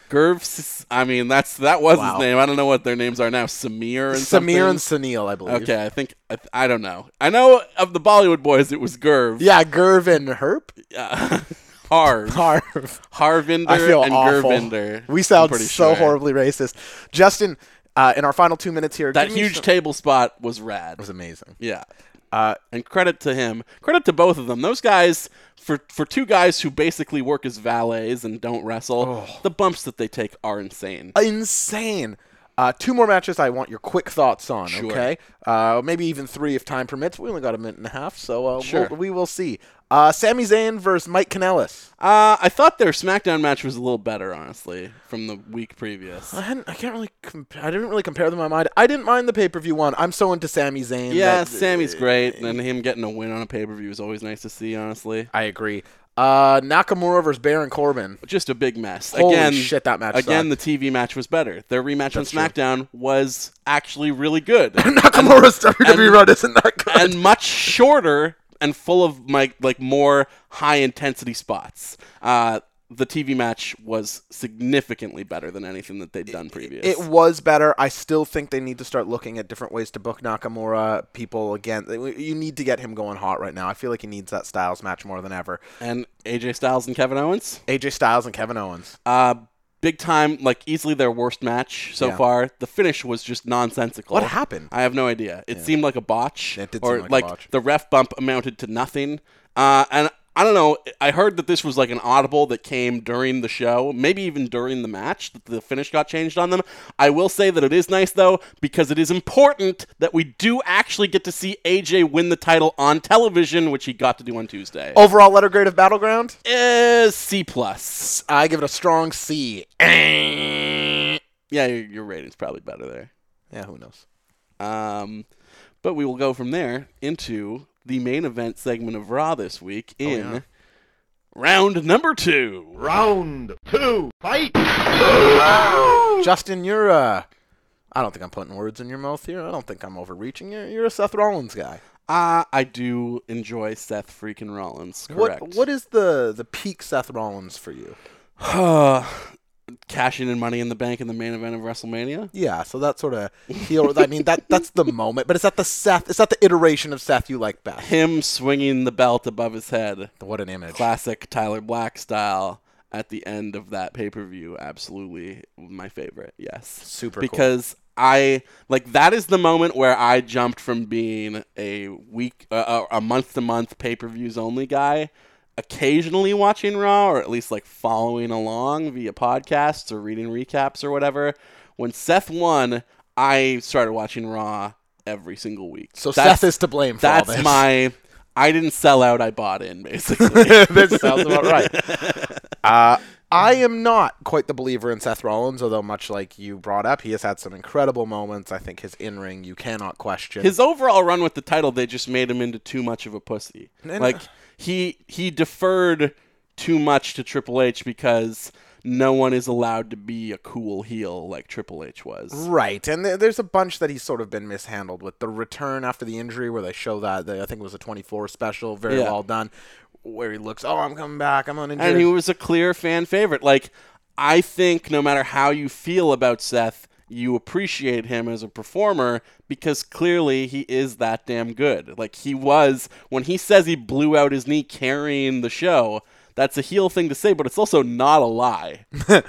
Speaker 4: Gerv, I mean that's that was
Speaker 5: Wow.
Speaker 4: his name. I don't know what their names are now. Samir and something.
Speaker 5: Samir and Sunil, I believe.
Speaker 4: Okay, I think I, th- I don't know. I know of the Bollywood boys, it was Gerv,
Speaker 5: Yeah, Gerv and Herp?
Speaker 4: yeah. Harv,
Speaker 5: Harv.
Speaker 4: Harvinder,
Speaker 5: I feel
Speaker 4: and
Speaker 5: awful.
Speaker 4: Gervinder.
Speaker 5: We
Speaker 4: I'm
Speaker 5: sound
Speaker 4: pretty
Speaker 5: so
Speaker 4: sure.
Speaker 5: horribly racist. Justin, uh, in our final two minutes here,
Speaker 4: That
Speaker 5: give me
Speaker 4: huge
Speaker 5: some-
Speaker 4: table spot was rad.
Speaker 5: was amazing.
Speaker 4: Yeah.
Speaker 5: Uh,
Speaker 4: and credit to him. Credit to both of them. Those guys for for two guys who basically work as valets and don't wrestle,
Speaker 5: Oh.
Speaker 4: the bumps that they take are insane.
Speaker 5: insane. Uh, two more matches I want your quick thoughts on, okay? Uh, maybe even three if time permits. We only got a minute and a half, so uh,
Speaker 4: Sure.
Speaker 5: we'll, we will see. Uh, Sami Zayn versus Mike Kanellis.
Speaker 4: Uh, I thought their SmackDown match was a little better, honestly, from the week previous.
Speaker 5: I hadn't. I can't really. Comp- I didn't really compare them in my mind. I didn't mind the pay per view one. I'm so into Sami Zayn.
Speaker 4: Yeah,
Speaker 5: that-
Speaker 4: Sammy's great, and him getting a win on a pay per view is always nice to see. Honestly,
Speaker 5: I agree. Uh, Nakamura versus Baron Corbin.
Speaker 4: just a big mess.
Speaker 5: Holy
Speaker 4: again,
Speaker 5: shit, that match
Speaker 4: Again, the TV match was better. Their rematch on SmackDown was actually really good
Speaker 5: Nakamura's WWE
Speaker 4: and-
Speaker 5: run isn't that good.
Speaker 4: and much shorter and full of my like more high intensity spots. Uh, the TV match was significantly better than anything that they'd done previous.
Speaker 5: It was better. I still think they need to start looking at different ways to book Nakamura. People again, they- you need to get him going hot right now. I feel like he needs that Styles match more than ever.
Speaker 4: and AJ Styles and Kevin Owens.
Speaker 5: AJ Styles and Kevin Owens.
Speaker 4: Uh, big time, like easily their worst match so
Speaker 5: Yeah.
Speaker 4: far. The finish was just nonsensical.
Speaker 5: What happened?
Speaker 4: I have no idea. It seemed like a botch,
Speaker 5: It did
Speaker 4: or
Speaker 5: seem like a botch.
Speaker 4: the ref bump amounted to nothing. Uh, and I don't know. I heard that this was like an audible that came during the show, maybe even during the match. That the finish got changed on them. I will say that it is nice though because it is important that we do actually get to see AJ win the title on television, which he got to do on Tuesday.
Speaker 5: Overall letter grade of Battleground.
Speaker 4: Uh, C plus.
Speaker 5: I give it a strong C.
Speaker 4: Yeah, your, your rating's probably better there.
Speaker 5: Yeah, who knows?
Speaker 4: Um, but we will go from there into the main event segment of Raw this week in round number two.
Speaker 6: Round two. Fight.
Speaker 5: Justin, you're uh I don't think I'm putting words in your mouth here. I don't think I'm overreaching. You're, you're a Seth Rollins guy.
Speaker 4: Ah, I do enjoy Seth freaking Rollins. Correct.
Speaker 5: What what is the the peak Seth Rollins for you?
Speaker 4: cashing in Money in the Bank in the main event of WrestleMania?
Speaker 5: Yeah, so that sort of heel. I mean that that's the moment, but is that the Seth? Is that the iteration of Seth you like best?
Speaker 4: Him swinging the belt above his head,
Speaker 5: What an image!
Speaker 4: classic Tyler Black style. At the end of that pay per view, absolutely my favorite. Yes.
Speaker 5: Super cool.
Speaker 4: because I like that is the moment where I jumped from being a week, uh, a month to month pay per views only guy, occasionally watching Raw or at least like following along via podcasts or reading recaps or whatever. When Seth won, I started watching Raw every single week.
Speaker 5: So Seth is to blame for all
Speaker 4: that's
Speaker 5: this.
Speaker 4: my. I didn't sell out. I bought in basically.
Speaker 5: that sounds about right. Uh, I am not quite the believer in Seth Rollins, although much like you brought up, he has had some incredible moments. I think his in ring you cannot question.
Speaker 4: his overall run with the title they just made him into too much of a pussy
Speaker 5: And- uh,
Speaker 4: like he he deferred too much to triple h because no one is allowed to be a cool heel like triple h was
Speaker 5: Right, and there- there's a bunch that he's sort of been mishandled with the return after the injury, where they show that the, I think it was a 24 special, very
Speaker 4: Yeah.
Speaker 5: well done, where he looks, oh, I'm coming back, I'm uninjured.
Speaker 4: and he was a clear fan favorite like i think no matter how you feel about seth you appreciate him as a performer because clearly he is that damn good like he was when he says he blew out his knee carrying the show that's a heel thing to say but it's also not a lie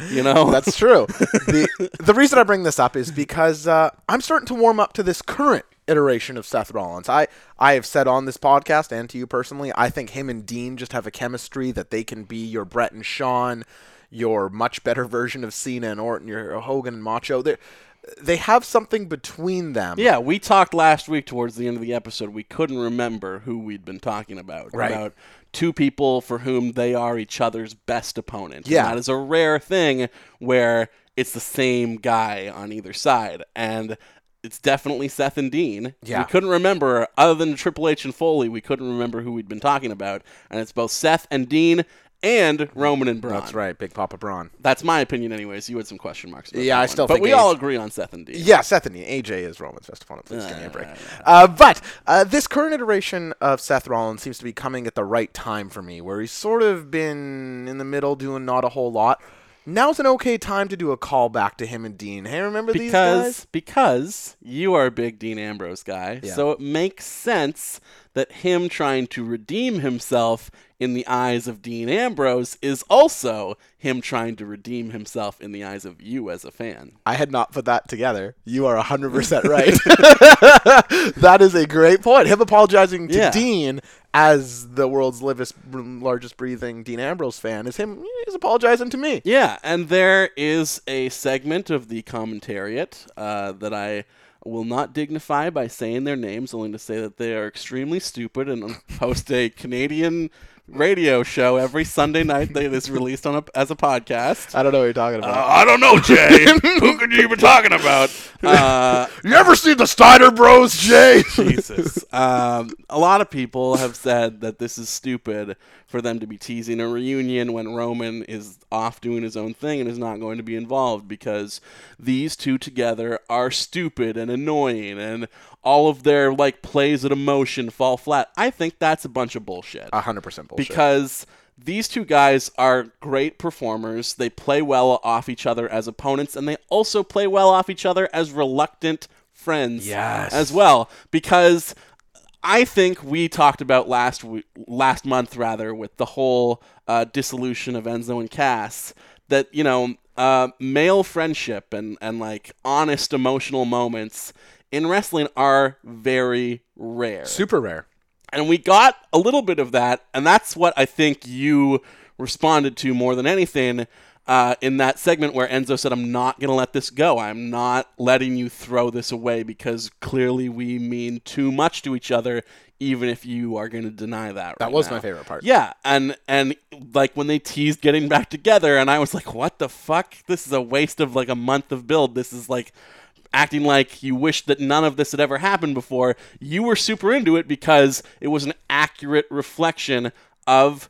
Speaker 4: you know
Speaker 5: That's true. the, the reason I bring this up is because uh, I'm starting to warm up to this current iteration of Seth Rollins. I I have said on this podcast and to you personally, I think him and Dean just have a chemistry that they can be your Brett and Sean, your much better version of Cena and Orton, your Hogan and Macho. They they have something between them.
Speaker 4: Yeah, we talked last week towards the end of the episode. We couldn't remember who we'd been talking about.
Speaker 5: Right.
Speaker 4: About two people for whom they are each other's best opponent.
Speaker 5: Yeah.
Speaker 4: And that is a rare thing where it's the same guy on either side. And it's definitely Seth and Dean.
Speaker 5: Yeah.
Speaker 4: We couldn't remember, other than Triple H and Foley, we couldn't remember who we'd been talking about. And it's both Seth and Dean and Roman and Braun.
Speaker 5: That's right, Big Papa Braun.
Speaker 4: That's my opinion, anyways. You had some question marks. About
Speaker 5: Yeah,
Speaker 4: that
Speaker 5: I
Speaker 4: one.
Speaker 5: still
Speaker 4: But
Speaker 5: think
Speaker 4: we
Speaker 5: Ace-
Speaker 4: all agree on Seth and Dean.
Speaker 5: Yeah, Seth and Ian. AJ is Roman's best opponent. Please give me a break. Uh, but uh, this current iteration of Seth Rollins seems to be coming at the right time for me, where he's sort of been in the middle doing not a whole lot. Now's an okay time to do a call back to him and Dean. Hey, remember these
Speaker 4: because
Speaker 5: guys?
Speaker 4: because you are a big Dean Ambrose guy, so it makes sense that him trying to redeem himself in the eyes of Dean Ambrose is also him trying to redeem himself in the eyes of you as a fan.
Speaker 5: I had not put that together. You are 100% right. that is a great point. Him apologizing to
Speaker 4: Yeah.
Speaker 5: Dean as the world's livest, largest breathing Dean Ambrose fan is him he's apologizing to me.
Speaker 4: Yeah, and there is a segment of the commentariat uh, that I will not dignify by saying their names, only to say that they are extremely stupid and host a Canadian radio show every Sunday night that is released on a, as a podcast.
Speaker 5: I don't know what you're talking about.
Speaker 4: I don't know, Jay. Who could you be talking about? Uh,
Speaker 5: You ever see the Steiner Bros, Jay?
Speaker 4: Jesus. Um, a lot of people have said that this is stupid for them to be teasing a reunion when Roman is off doing his own thing and is not going to be involved because these two together are stupid and annoying and all of their like plays at emotion fall flat. I think that's a bunch of bullshit.
Speaker 5: hundred percent bullshit.
Speaker 4: because these two guys are great performers. They play well off each other as opponents, and they also play well off each other as reluctant friends
Speaker 5: Yes.
Speaker 4: as well. Because I think we talked about last w- last month rather with the whole uh, dissolution of Enzo and Cass that you know uh, male friendship and and like honest emotional moments in wrestling are very rare.
Speaker 5: super rare.
Speaker 4: And we got a little bit of that, and that's what I think you responded to more than anything uh, in that segment where Enzo said, I'm not going to let this go. I'm not letting you throw this away because clearly we mean too much to each other, even if you are going to deny that.
Speaker 5: That
Speaker 4: right
Speaker 5: was
Speaker 4: now."
Speaker 5: my favorite part.
Speaker 4: Yeah, and and like when they teased getting back together, and I was like, "What the fuck? This is a waste of like a month of build. This is like acting like you wished that none of this had ever happened before." You were super into it because it was an accurate reflection of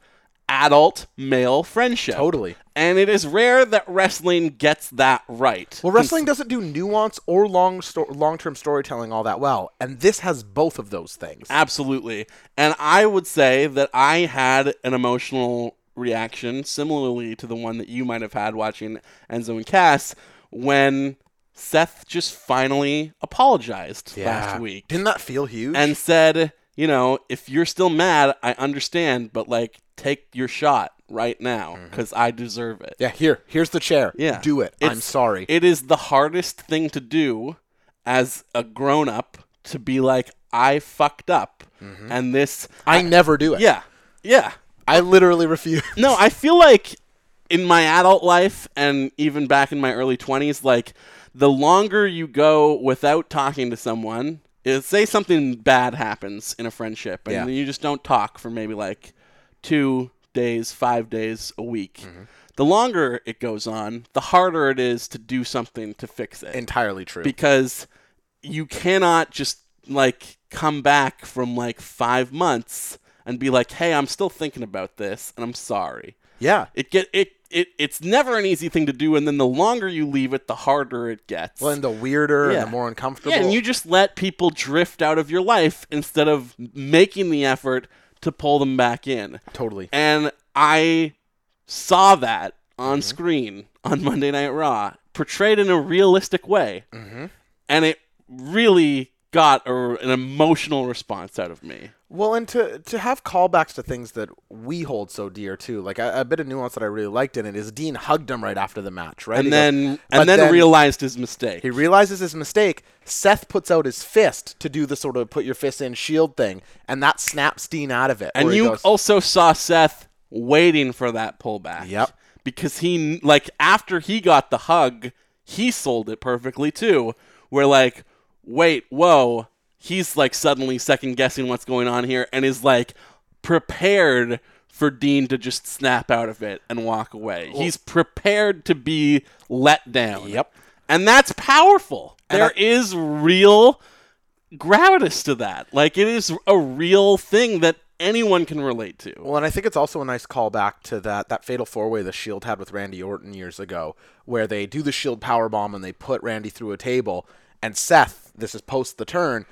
Speaker 4: adult male friendship.
Speaker 5: Totally.
Speaker 4: And it is rare that wrestling gets that right.
Speaker 5: Well, wrestling doesn't do nuance or long sto- long-term storytelling all that well, and this has both of those things.
Speaker 4: Absolutely. And I would say that I had an emotional reaction similarly to the one that you might have had watching Enzo and Cass when Seth just finally apologized last week
Speaker 5: Didn't that feel huge?
Speaker 4: and said, you know, if you're still mad, I understand, but like take your shot right now because I deserve it.
Speaker 5: Mm-hmm. yeah, here, here's the chair.
Speaker 4: Yeah.
Speaker 5: do it. I'm
Speaker 4: It's-
Speaker 5: sorry.
Speaker 4: It is the hardest thing to do as a grown up to be like, I fucked up.
Speaker 5: Mm-hmm.
Speaker 4: And this
Speaker 5: I never do it.
Speaker 4: yeah. Yeah.
Speaker 5: I literally refuse.
Speaker 4: No, I feel like in my adult life and even back in my early 20s, like the longer you go without talking to someone, is say something bad happens in a friendship and
Speaker 5: Yeah.
Speaker 4: you just don't talk for maybe like two days, five days, a week. The longer it goes on, the harder it is to do something to fix it
Speaker 5: Entirely true.
Speaker 4: because you cannot just like come back from like five months and be like, "Hey, I'm still thinking about this, and I'm sorry."
Speaker 5: yeah.
Speaker 4: It get it it it's never an easy thing to do, and then the longer you leave it, the harder it gets.
Speaker 5: Well, and the weirder
Speaker 4: Yeah.
Speaker 5: and the more uncomfortable.
Speaker 4: yeah, and you just let people drift out of your life instead of making the effort to pull them back in.
Speaker 5: totally.
Speaker 4: And I saw that on
Speaker 5: Mm-hmm.
Speaker 4: screen on Monday Night Raw, portrayed in a realistic way.
Speaker 5: Mm-hmm.
Speaker 4: And it really got a, an emotional response out of me.
Speaker 5: Well, and to to have callbacks to things that we hold so dear too, like a, a bit of nuance that I really liked in it is Dean hugged him right after the match, right? He
Speaker 4: and
Speaker 5: goes,
Speaker 4: then
Speaker 5: "But
Speaker 4: and then, realized his mistake.
Speaker 5: he realizes his mistake. Seth puts out his fist to do the sort of put your fist in shield thing, and that snaps Dean out of it.
Speaker 4: and
Speaker 5: where he
Speaker 4: you
Speaker 5: goes,
Speaker 4: also saw Seth waiting for that pullback.
Speaker 5: Yep.
Speaker 4: Because he like after he got the hug, he sold it perfectly too. Where like, wait, whoa, he's like suddenly second guessing what's going on here and is like prepared for Dean to just snap out of it and walk away. He's prepared to be let down.
Speaker 5: Yep.
Speaker 4: And that's powerful.
Speaker 5: And I-
Speaker 4: There is real gravitas to that. Like it is a real thing that anyone can relate to.
Speaker 5: Well, and I think it's also a nice callback to that that fatal four way the Shield had with Randy Orton years ago, where they do the Shield power bomb and they put Randy through a table, and Seth, this is post the turn,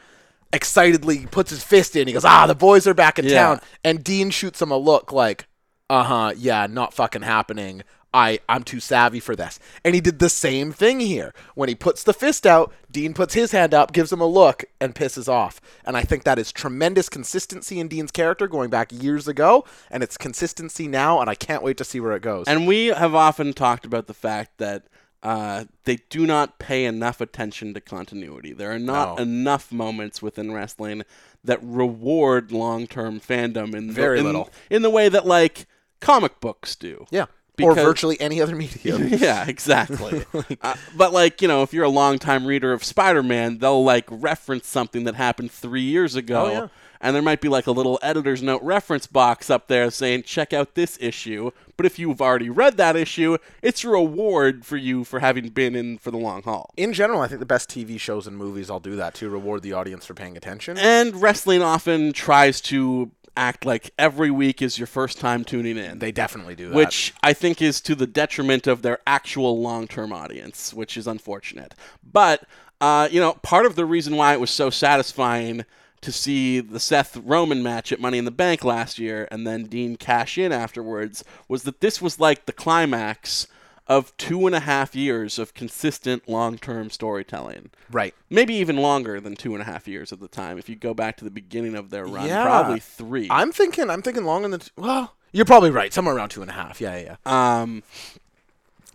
Speaker 5: excitedly puts his fist in. He goes, "Ah, the boys are back in
Speaker 4: Yeah.
Speaker 5: town," and Dean shoots him a look like, "Uh huh, yeah, not fucking happening." I, I'm too savvy for this. And he did the same thing here. When he puts the fist out, Dean puts his hand up, gives him a look, and pisses off. And I think that is tremendous consistency in Dean's character going back years ago, and it's consistency now, and I can't wait to see where it goes.
Speaker 4: And we have often talked about the fact that uh, they do not pay enough attention to continuity. There are not
Speaker 5: No.
Speaker 4: enough moments within wrestling that reward long-term fandom in
Speaker 5: Very
Speaker 4: the, in,
Speaker 5: little.
Speaker 4: in the way that like comic books do.
Speaker 5: yeah.
Speaker 4: Because-
Speaker 5: or virtually any other media.
Speaker 4: yeah, exactly. uh, but like you know, if you're a longtime reader of Spider-Man, they'll like reference something that happened three years ago,
Speaker 5: Oh, yeah.
Speaker 4: and there might be like a little editor's note reference box up there saying, "Check out this issue." But if you've already read that issue, it's a reward for you for having been in for the long haul.
Speaker 5: in general, I think the best TV shows and movies all do that to reward the audience for paying attention.
Speaker 4: And wrestling often tries to act like every week is your first time tuning in.
Speaker 5: they definitely do that.
Speaker 4: which I think is to the detriment of their actual long term audience, which is unfortunate. But, uh, you know, part of the reason why it was so satisfying to see the Seth Roman match at Money in the Bank last year and then Dean cash in afterwards was that this was like the climax of two and a half years of consistent long term storytelling.
Speaker 5: right.
Speaker 4: Maybe even longer than two and a half years at the time. If you go back to the beginning of their run,
Speaker 5: Yeah.
Speaker 4: probably three.
Speaker 5: I'm thinking. I'm thinking longer than. T- well, you're probably right. Somewhere around two and a half. Yeah, yeah, yeah.
Speaker 4: Um,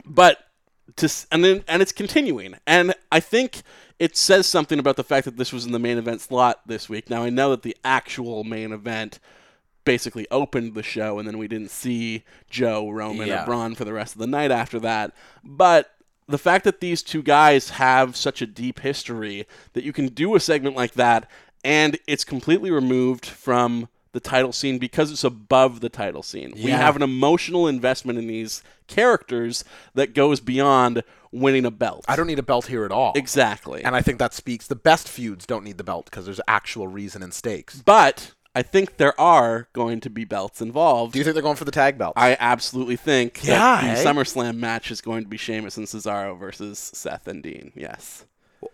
Speaker 4: but to s- and then and it's continuing, and I think it says something about the fact that this was in the main event slot this week. Now I know that the actual main event basically opened the show, and then we didn't see Joe Roman
Speaker 5: Yeah.
Speaker 4: or Braun for the rest of the night after that, but. The fact that these two guys have such a deep history that you can do a segment like that and it's completely removed from the title scene because it's above the title scene. We
Speaker 5: Yeah.
Speaker 4: have an emotional investment in these characters that goes beyond winning a belt.
Speaker 5: I don't need a belt here at all.
Speaker 4: exactly.
Speaker 5: And I think that speaks. The best feuds don't need the belt because there's actual reason and stakes.
Speaker 4: but I think there are going to be belts involved.
Speaker 5: Do you think they're going for the tag belt?
Speaker 4: I absolutely think
Speaker 5: Yeah,
Speaker 4: that the
Speaker 5: eh?
Speaker 4: SummerSlam match is going to be Sheamus and Cesaro versus Seth and Dean. Yes.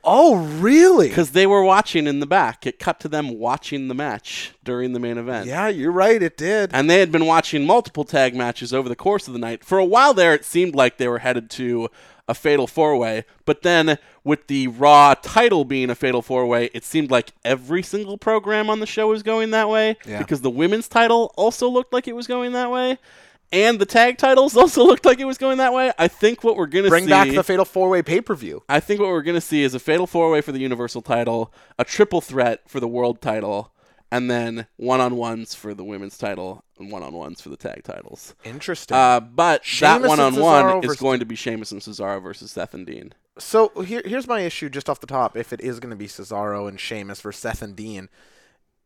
Speaker 5: oh, really?
Speaker 4: Because they were watching in the back. It cut to them watching the match during the main event.
Speaker 5: Yeah, you're right. It did.
Speaker 4: And they had been watching multiple tag matches over the course of the night. For a while there, it seemed like they were headed to a fatal four way. But then, with the Raw title being a fatal four way, it seemed like every single program on the show was going that way because the women's title also looked like it was going that way. And the tag titles also looked like it was going that way. I think what we're going to
Speaker 5: Bring
Speaker 4: see.
Speaker 5: back the fatal four way pay per view.
Speaker 4: I think what we're going to see is a fatal four way for the Universal title, a triple threat for the world title, and then one on ones for the women's title and one on ones for the tag titles.
Speaker 5: Interesting.
Speaker 4: Uh, but that
Speaker 5: Sheamus and
Speaker 4: one on
Speaker 5: Cesaro
Speaker 4: one is
Speaker 5: versus-
Speaker 4: going to be Sheamus and Cesaro versus Seth and Dean.
Speaker 5: so here, here's my issue just off the top. If it is going to be Cesaro and Sheamus versus Seth and Dean,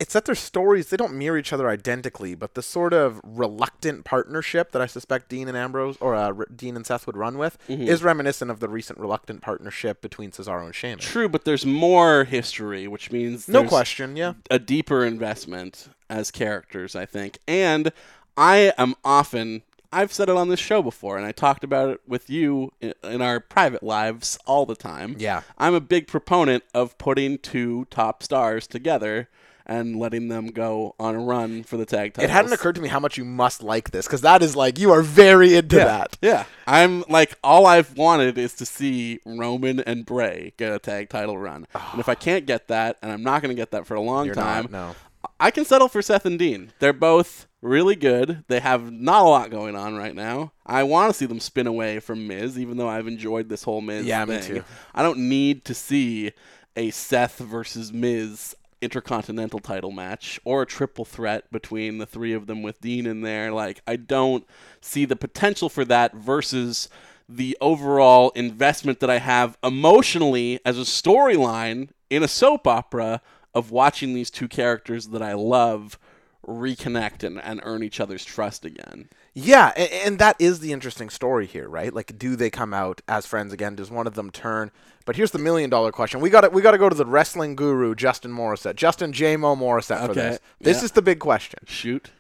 Speaker 5: it's that their stories they don't mirror each other identically, but the sort of reluctant partnership that I suspect Dean and Ambrose or uh, R- Dean and Seth would run with
Speaker 4: Mm-hmm.
Speaker 5: is reminiscent of the recent reluctant partnership between Cesaro and Sheamus.
Speaker 4: True, but there's more history, which means
Speaker 5: No
Speaker 4: there's
Speaker 5: question, yeah.
Speaker 4: a deeper investment as characters, I think. And I am often. I've said it on this show before, and I talked about it with you in, in our private lives all the time.
Speaker 5: Yeah.
Speaker 4: I'm a big proponent of putting two top stars together and letting them go on a run for the tag titles.
Speaker 5: It hadn't occurred to me how much you must like this because that is like you are very into that.
Speaker 4: Yeah. I'm like, all I've wanted is to see Roman and Bray get a tag title run. and if I can't get that, and I'm not going to get that for a long
Speaker 5: You're
Speaker 4: time,
Speaker 5: not, no.
Speaker 4: I can settle for Seth and Dean. They're both really good. They have not a lot going on right now. I want to see them spin away from Miz, even though I've enjoyed this whole Miz
Speaker 5: Yeah, me
Speaker 4: thing.
Speaker 5: too.
Speaker 4: I don't need to see a Seth versus Miz intercontinental title match or a triple threat between the three of them with Dean in there. Like, I don't see the potential for that versus the overall investment that I have emotionally as a storyline in a soap opera of watching these two characters that I love reconnect and, and earn each other's trust again.
Speaker 5: Yeah, and, and that is the interesting story here, right? Like, do they come out as friends again? Does one of them turn? But here's the million dollar question. We got to we got to go to the wrestling guru Justin Morissette, Justin J Mo Morissette for
Speaker 4: Okay,
Speaker 5: this. This
Speaker 4: yeah.
Speaker 5: is the big question.
Speaker 4: Shoot.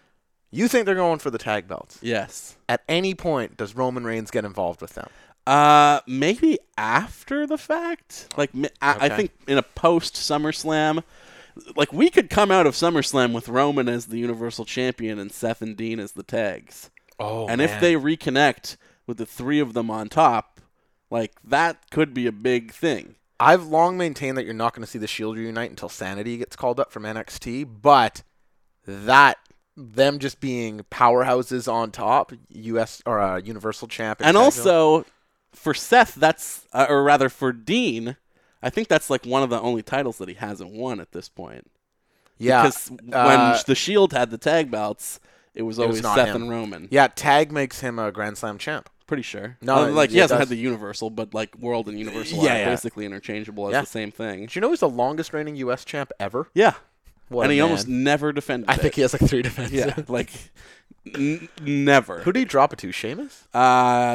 Speaker 5: You think they're going for the tag belts?
Speaker 4: Yes.
Speaker 5: At any point, does Roman Reigns get involved with them?
Speaker 4: Uh, maybe after the fact. Like, mi- I, I
Speaker 5: Okay.
Speaker 4: think in a post SummerSlam, like we could come out of SummerSlam with Roman as the Universal Champion and Seth and Dean as the tags.
Speaker 5: Oh,
Speaker 4: and if they reconnect with the three of them on top, like that could be a big thing.
Speaker 5: I've long maintained that you're not going to see the Shield reunite until Sanity gets called up from NXT, but that them just being powerhouses on top, US or uh, Universal Champion,
Speaker 4: and also for Seth, that's uh, or rather for Dean, I think that's like one of the only titles that he hasn't won at this point.
Speaker 5: yeah,
Speaker 4: because
Speaker 5: uh,
Speaker 4: when the Shield had the tag belts, it was
Speaker 5: was
Speaker 4: always
Speaker 5: not
Speaker 4: Seth
Speaker 5: him.
Speaker 4: and Roman.
Speaker 5: yeah, tag makes him a Grand Slam champ.
Speaker 4: pretty sure.
Speaker 5: No,
Speaker 4: Uh, like he
Speaker 5: it
Speaker 4: hasn't
Speaker 5: does.
Speaker 4: had the Universal, but like World and Universal
Speaker 5: Yeah,
Speaker 4: are
Speaker 5: yeah.
Speaker 4: basically interchangeable as
Speaker 5: Yeah.
Speaker 4: the same thing.
Speaker 5: Do you know he's the longest reigning US champ ever?
Speaker 4: Yeah,
Speaker 5: What
Speaker 4: and
Speaker 5: a
Speaker 4: he
Speaker 5: man.
Speaker 4: almost never defended.
Speaker 5: I
Speaker 4: it.
Speaker 5: think he has like three defenses.
Speaker 4: yeah, like n- never.
Speaker 5: Who did he drop it to? Sheamus?
Speaker 4: Uh,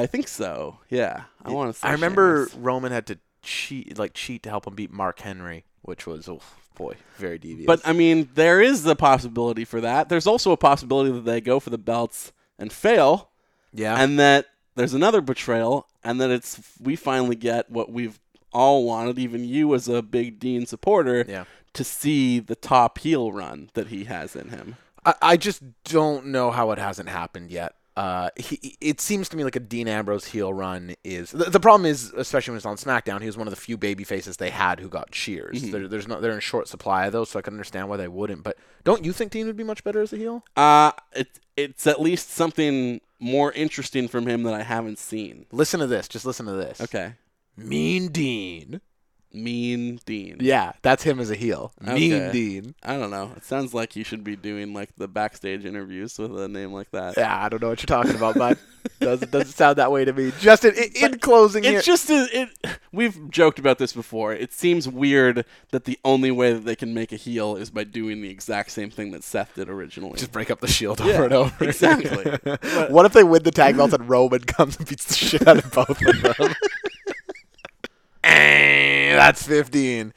Speaker 4: I think so. Yeah, I want to.
Speaker 5: I remember Roman had to cheat, like cheat to help him beat Mark Henry, which was oh boy, very devious.
Speaker 4: But uh, I mean, there is the possibility for that. There's also a possibility that they go for the belts and fail,
Speaker 5: yeah,
Speaker 4: and that there's another betrayal, and that it's we finally get what we've all wanted, even you as a big Dean supporter,
Speaker 5: Yeah.
Speaker 4: to see the top heel run that he has in him.
Speaker 5: I, I just don't know how it hasn't happened yet. Uh, he, it seems to me like a Dean Ambrose heel run is the, the problem is especially when it's on SmackDown. He was one of the few baby faces they had who got cheers. There, there's not they're in short supply of those, so I can understand why they wouldn't. But don't you think Dean would be much better as a heel?
Speaker 4: Uh, it, it's at least something more interesting from him that I haven't seen.
Speaker 5: Listen to this. Just listen to this.
Speaker 4: Okay,
Speaker 5: Mean Dean.
Speaker 4: mean Dean.
Speaker 5: Yeah, that's him as a heel. Mean
Speaker 4: Okay.
Speaker 5: Dean.
Speaker 4: I don't know. It sounds like you should be doing like the backstage interviews with a name like that.
Speaker 5: Yeah, I don't know what you're talking about, but doesn't doesn't sound that way to me. Justin, in, in closing, here,
Speaker 4: It's just a, it. We've joked about this before. It seems weird that the only way that they can make a heel is by doing the exact same thing that Seth did originally.
Speaker 5: just break up the shield
Speaker 4: Yeah,
Speaker 5: over and over.
Speaker 4: exactly.
Speaker 5: what if they win the tag belts and Roman comes and beats the shit out of both of them? Eh, That's 15.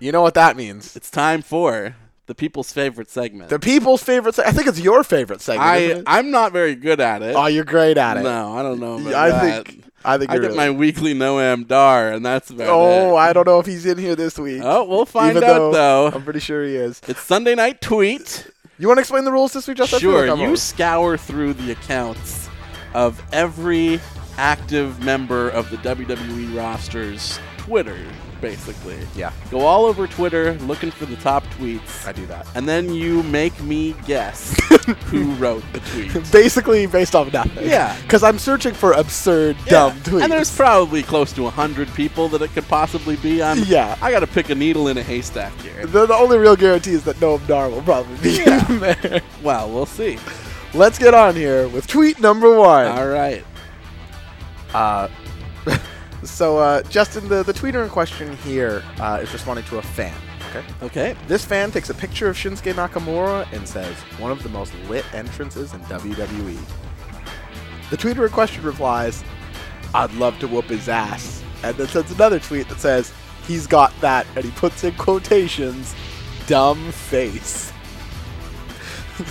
Speaker 5: You know what that means.
Speaker 4: it's time for the people's favorite segment.
Speaker 5: The people's favorite se- I think it's your favorite segment.
Speaker 4: I
Speaker 5: isn't it?
Speaker 4: I'm not very good at it.
Speaker 5: oh, you're great at it.
Speaker 4: No, I don't know. About
Speaker 5: I
Speaker 4: that.
Speaker 5: think I think
Speaker 4: I
Speaker 5: you're
Speaker 4: get
Speaker 5: really-
Speaker 4: my weekly Noam Dar, and that's about
Speaker 5: Oh,
Speaker 4: it.
Speaker 5: I don't know if he's in here this week.
Speaker 4: Oh, we'll find
Speaker 5: Even
Speaker 4: out though.
Speaker 5: I'm pretty sure he is.
Speaker 4: It's Sunday night tweet.
Speaker 5: You want to explain the rules this week, Justin? I feel
Speaker 4: sure,
Speaker 5: like I'm
Speaker 4: you
Speaker 5: over-
Speaker 4: scour through the accounts of every active member of the WWE roster's Twitter, basically.
Speaker 5: Yeah.
Speaker 4: Go all over Twitter looking for the top tweets.
Speaker 5: I do that.
Speaker 4: And then you make me guess who wrote the tweet.
Speaker 5: Basically, based off nothing.
Speaker 4: Yeah.
Speaker 5: Because I'm searching for absurd, dumb tweets.
Speaker 4: And there's probably close to 100 people that it could possibly be. I'm,
Speaker 5: Yeah.
Speaker 4: I got to pick a needle in a haystack here.
Speaker 5: the, the only real guarantee is that Noam Dar will probably be in there.
Speaker 4: Well, we'll see.
Speaker 5: Let's get on here with tweet number one.
Speaker 4: All right.
Speaker 5: So, uh, Justin, the, the tweeter in question here uh, is responding to a fan. Okay.
Speaker 4: Okay.
Speaker 5: This fan takes a picture of Shinsuke Nakamura and says, one of the most lit entrances in WWE. The tweeter in question replies, I'd love to whoop his ass. And then sends another tweet that says, he's got that, and he puts in quotations, dumb face.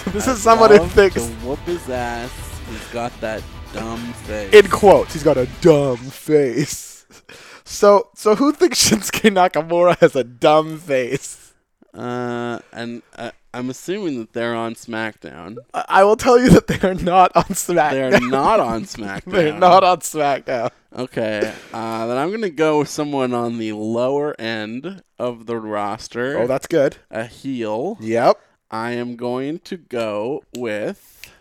Speaker 5: this is someone who
Speaker 4: Love
Speaker 5: thinks,
Speaker 4: To whoop his ass. He's got that dumb face.
Speaker 5: in quotes, he's got a dumb face. So, so who thinks Shinsuke Nakamura has a dumb face?
Speaker 4: Uh, and uh, I'm assuming that they're on SmackDown.
Speaker 5: I, I will tell you that they are not on SmackDown.
Speaker 4: They're not on SmackDown.
Speaker 5: They're not on SmackDown.
Speaker 4: Okay. Uh, then I'm gonna go with someone on the lower end of the roster.
Speaker 5: Oh, that's good.
Speaker 4: a heel.
Speaker 5: Yep.
Speaker 4: I am going to go with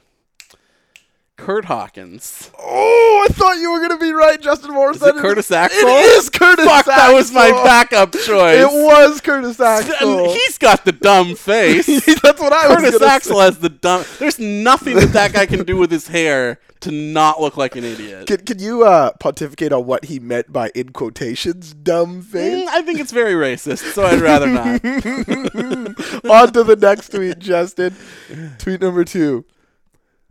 Speaker 4: Kurt Hawkins.
Speaker 5: Oh, I thought you were gonna be right, Justin Morris.
Speaker 4: Is it Curtis Axel?
Speaker 5: It is Curtis
Speaker 4: Fuck, that was my
Speaker 5: Axel.
Speaker 4: backup choice.
Speaker 5: It was Curtis
Speaker 4: And
Speaker 5: Axel.
Speaker 4: he's got the dumb face.
Speaker 5: That's what I was
Speaker 4: Curtis
Speaker 5: gonna
Speaker 4: Axel has the dumb. There's nothing that that guy can do with his hair to not look like an idiot.
Speaker 5: Can, can you uh, pontificate on what he meant by in quotations dumb
Speaker 4: Mm,
Speaker 5: face?
Speaker 4: I think it's very racist, so I'd rather not.
Speaker 5: On to the next tweet, Justin. Tweet number two.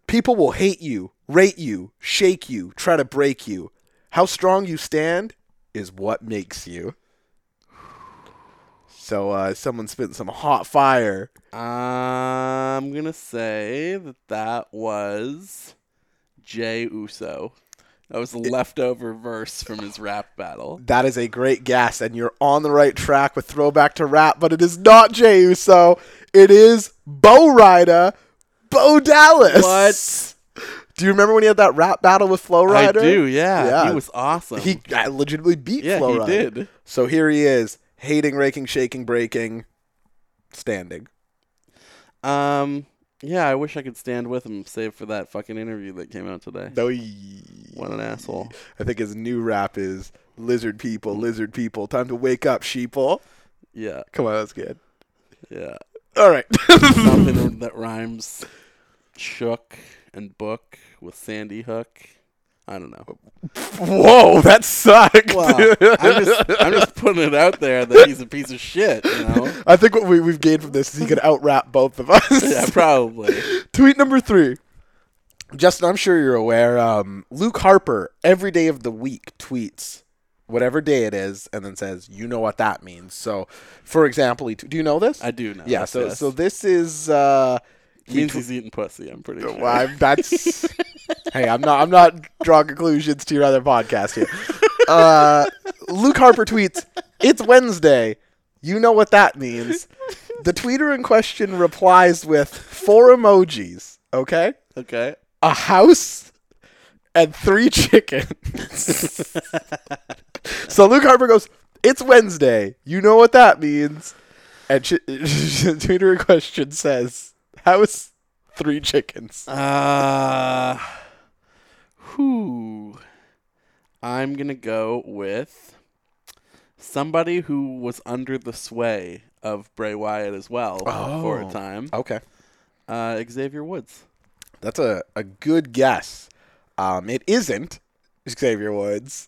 Speaker 5: People will hate you, rate you, shake you, try to break you. How strong you stand is what makes you. So uh, someone spit some hot fire.
Speaker 4: I'm gonna say that that was Jay Uso. That was a leftover verse from his rap battle.
Speaker 5: That is a great guess, and you're on the right track with throwback to rap, but it is not Jey Uso. It is Bo Ryder, Bo Dallas. Do you remember when he had that rap battle with Flow Rider?
Speaker 4: I do, yeah.
Speaker 5: Yeah.
Speaker 4: He was awesome.
Speaker 5: He I legitimately beat
Speaker 4: Um, yeah,
Speaker 5: Flow
Speaker 4: he
Speaker 5: Rider.
Speaker 4: did.
Speaker 5: So here he is, hating, raking, shaking, breaking, standing.
Speaker 4: Um, yeah, I wish I could stand with him, save for that fucking interview that came out today.
Speaker 5: No,
Speaker 4: What an asshole.
Speaker 5: I think his new rap is lizard people, lizard people. Time to wake up, sheeple.
Speaker 4: Yeah,
Speaker 5: Come on, that's good.
Speaker 4: yeah.
Speaker 5: All right.
Speaker 4: Something that rhymes shook and book with Sandy Hook. I don't know.
Speaker 5: Whoa, that sucked.
Speaker 4: Well, I'm just, I'm just putting it out there that he's a piece of shit, you know?
Speaker 5: I think what we, we've gained from this is he could out rap both of us.
Speaker 4: Yeah, probably.
Speaker 5: Tweet number three. Justin, I'm sure you're aware. Um, Luke Harper, every day of the week, tweets whatever day it is and then says, you know what that means. So, for example, he t- do you know this?
Speaker 4: I do know.
Speaker 5: yeah,
Speaker 4: this,
Speaker 5: so,
Speaker 4: yes.
Speaker 5: so this is. Uh,
Speaker 4: It means he's eating pussy, I'm pretty sure.
Speaker 5: well, I'm, that's hey, I'm not I'm not drawing conclusions to your other podcast here. Uh, Luke Harper tweets, "It's Wednesday. You know what that means." The tweeter in question replies with four emojis. Okay,
Speaker 4: Okay.
Speaker 5: a house and three chickens. so Luke Harper goes, "It's Wednesday. You know what that means." And ch- the tweeter in question says, "House, three chickens."
Speaker 4: Uh, who? I'm going to go with somebody who was under the sway of Bray Wyatt as well for a time.
Speaker 5: Okay.
Speaker 4: Uh, Xavier Woods.
Speaker 5: That's a, a good guess. Um, it isn't Xavier Woods.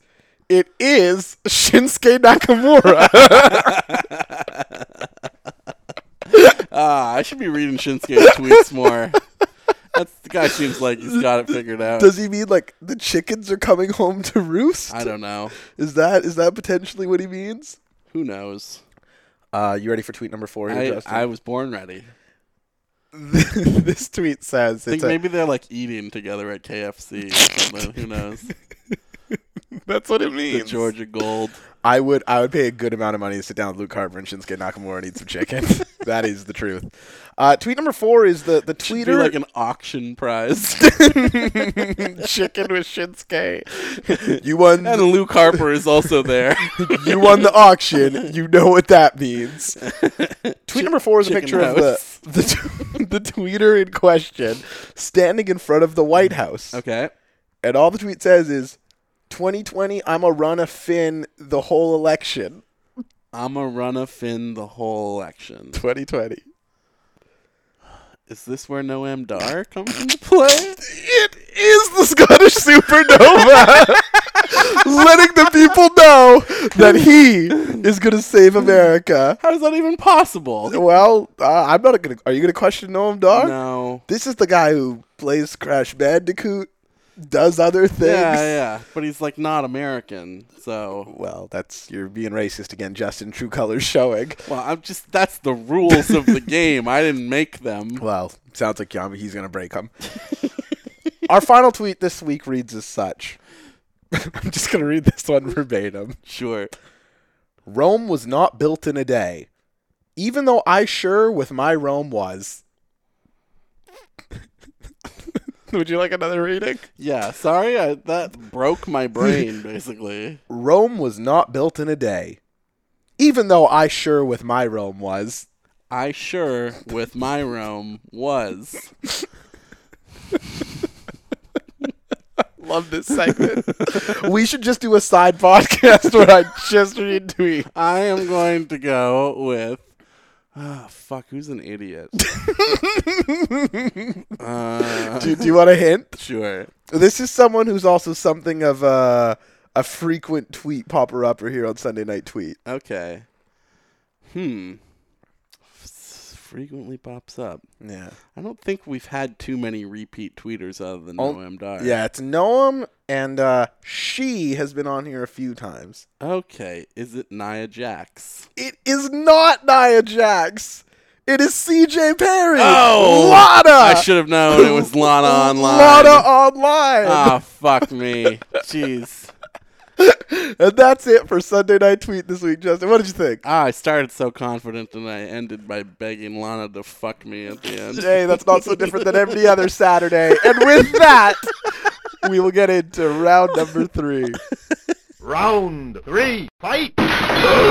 Speaker 5: It is Shinsuke Nakamura.
Speaker 4: Ah, I should be reading Shinsuke's tweets more. That's, the guy seems like he's got it figured out.
Speaker 5: Does he mean like the chickens are coming home to roost?
Speaker 4: I don't know.
Speaker 5: Is that is that potentially what he means?
Speaker 4: Who knows?
Speaker 5: Uh, you ready for tweet number four? here,
Speaker 4: I,
Speaker 5: Justin?
Speaker 4: I was born ready.
Speaker 5: this tweet says
Speaker 4: I think
Speaker 5: it's a-
Speaker 4: maybe they're like eating together at KFC or something. Who knows?
Speaker 5: that's what it
Speaker 4: The
Speaker 5: means.
Speaker 4: Georgia Gold.
Speaker 5: I would I would pay a good amount of money to sit down with Luke Harper and Shinsuke Nakamura and eat some chicken. that is the truth. Uh, tweet number four is the the
Speaker 4: Should
Speaker 5: tweeter
Speaker 4: be like an auction prize.
Speaker 5: chicken with Shinsuke. You won.
Speaker 4: and Luke Harper is also there.
Speaker 5: you won the auction. You know what that means. Tweet number four is a
Speaker 4: chicken
Speaker 5: picture
Speaker 4: house.
Speaker 5: of the the, t- the tweeter in question standing in front of the White House,
Speaker 4: okay.
Speaker 5: and all the tweet says is, "2020, I'm a run a Finn the whole election."
Speaker 4: I'm a run a Finn the whole election.
Speaker 5: 2020.
Speaker 4: Is this where Noam Dar comes into play?
Speaker 5: It is the Scottish supernova. Letting the people know that he is going to save America.
Speaker 4: How is that even possible?
Speaker 5: Well, uh, I'm not gonna. Are you gonna question Noam Dar?
Speaker 4: No.
Speaker 5: This is the guy who plays Crash Bandicoot, does other things.
Speaker 4: Yeah, yeah. But he's like not American. So,
Speaker 5: Well, that's you're being racist again, Justin. True colors showing.
Speaker 4: well, I'm just, that's the rules of the game. I didn't make them.
Speaker 5: Well, sounds like Yami. He's gonna break him. Our final tweet this week reads as such. I'm just gonna read this one verbatim.
Speaker 4: Sure.
Speaker 5: Rome was not built in a day, even though I sure with my Rome was. Would you like another reading?
Speaker 4: Yeah, sorry. I, that broke my brain, basically.
Speaker 5: Rome was not built in a day, even though I sure with my Rome was.
Speaker 4: I sure with my room was.
Speaker 5: Love this segment. we should just do a side podcast where I just read tweets.
Speaker 4: I am going to go with. Ah, fuck, who's an idiot? uh,
Speaker 5: Do, do you want a hint?
Speaker 4: sure.
Speaker 5: This is someone who's also something of a a frequent tweet popper upper here on Sunday Night Tweet.
Speaker 4: Okay. Hmm. F- Frequently pops up.
Speaker 5: Yeah.
Speaker 4: I don't think we've had too many repeat tweeters other than
Speaker 5: Oh,
Speaker 4: Noam Dar.
Speaker 5: Yeah, it's Noam and uh, she has been on here a few times.
Speaker 4: Okay. Is it Nia Jax?
Speaker 5: It is not Nia Jax. It is CJ Perry.
Speaker 4: Oh!
Speaker 5: Lana.
Speaker 4: I should have known it was Lana online.
Speaker 5: Lana online.
Speaker 4: Ah, fuck me. Jeez.
Speaker 5: And that's it for Sunday Night Tweet this week, Justin. What did you think?
Speaker 4: Ah, I started so confident and I ended by begging Lana to fuck me at the end.
Speaker 5: Hey, that's not so different than every other Saturday. And with that, we will get into round number three.
Speaker 6: Round three, fight!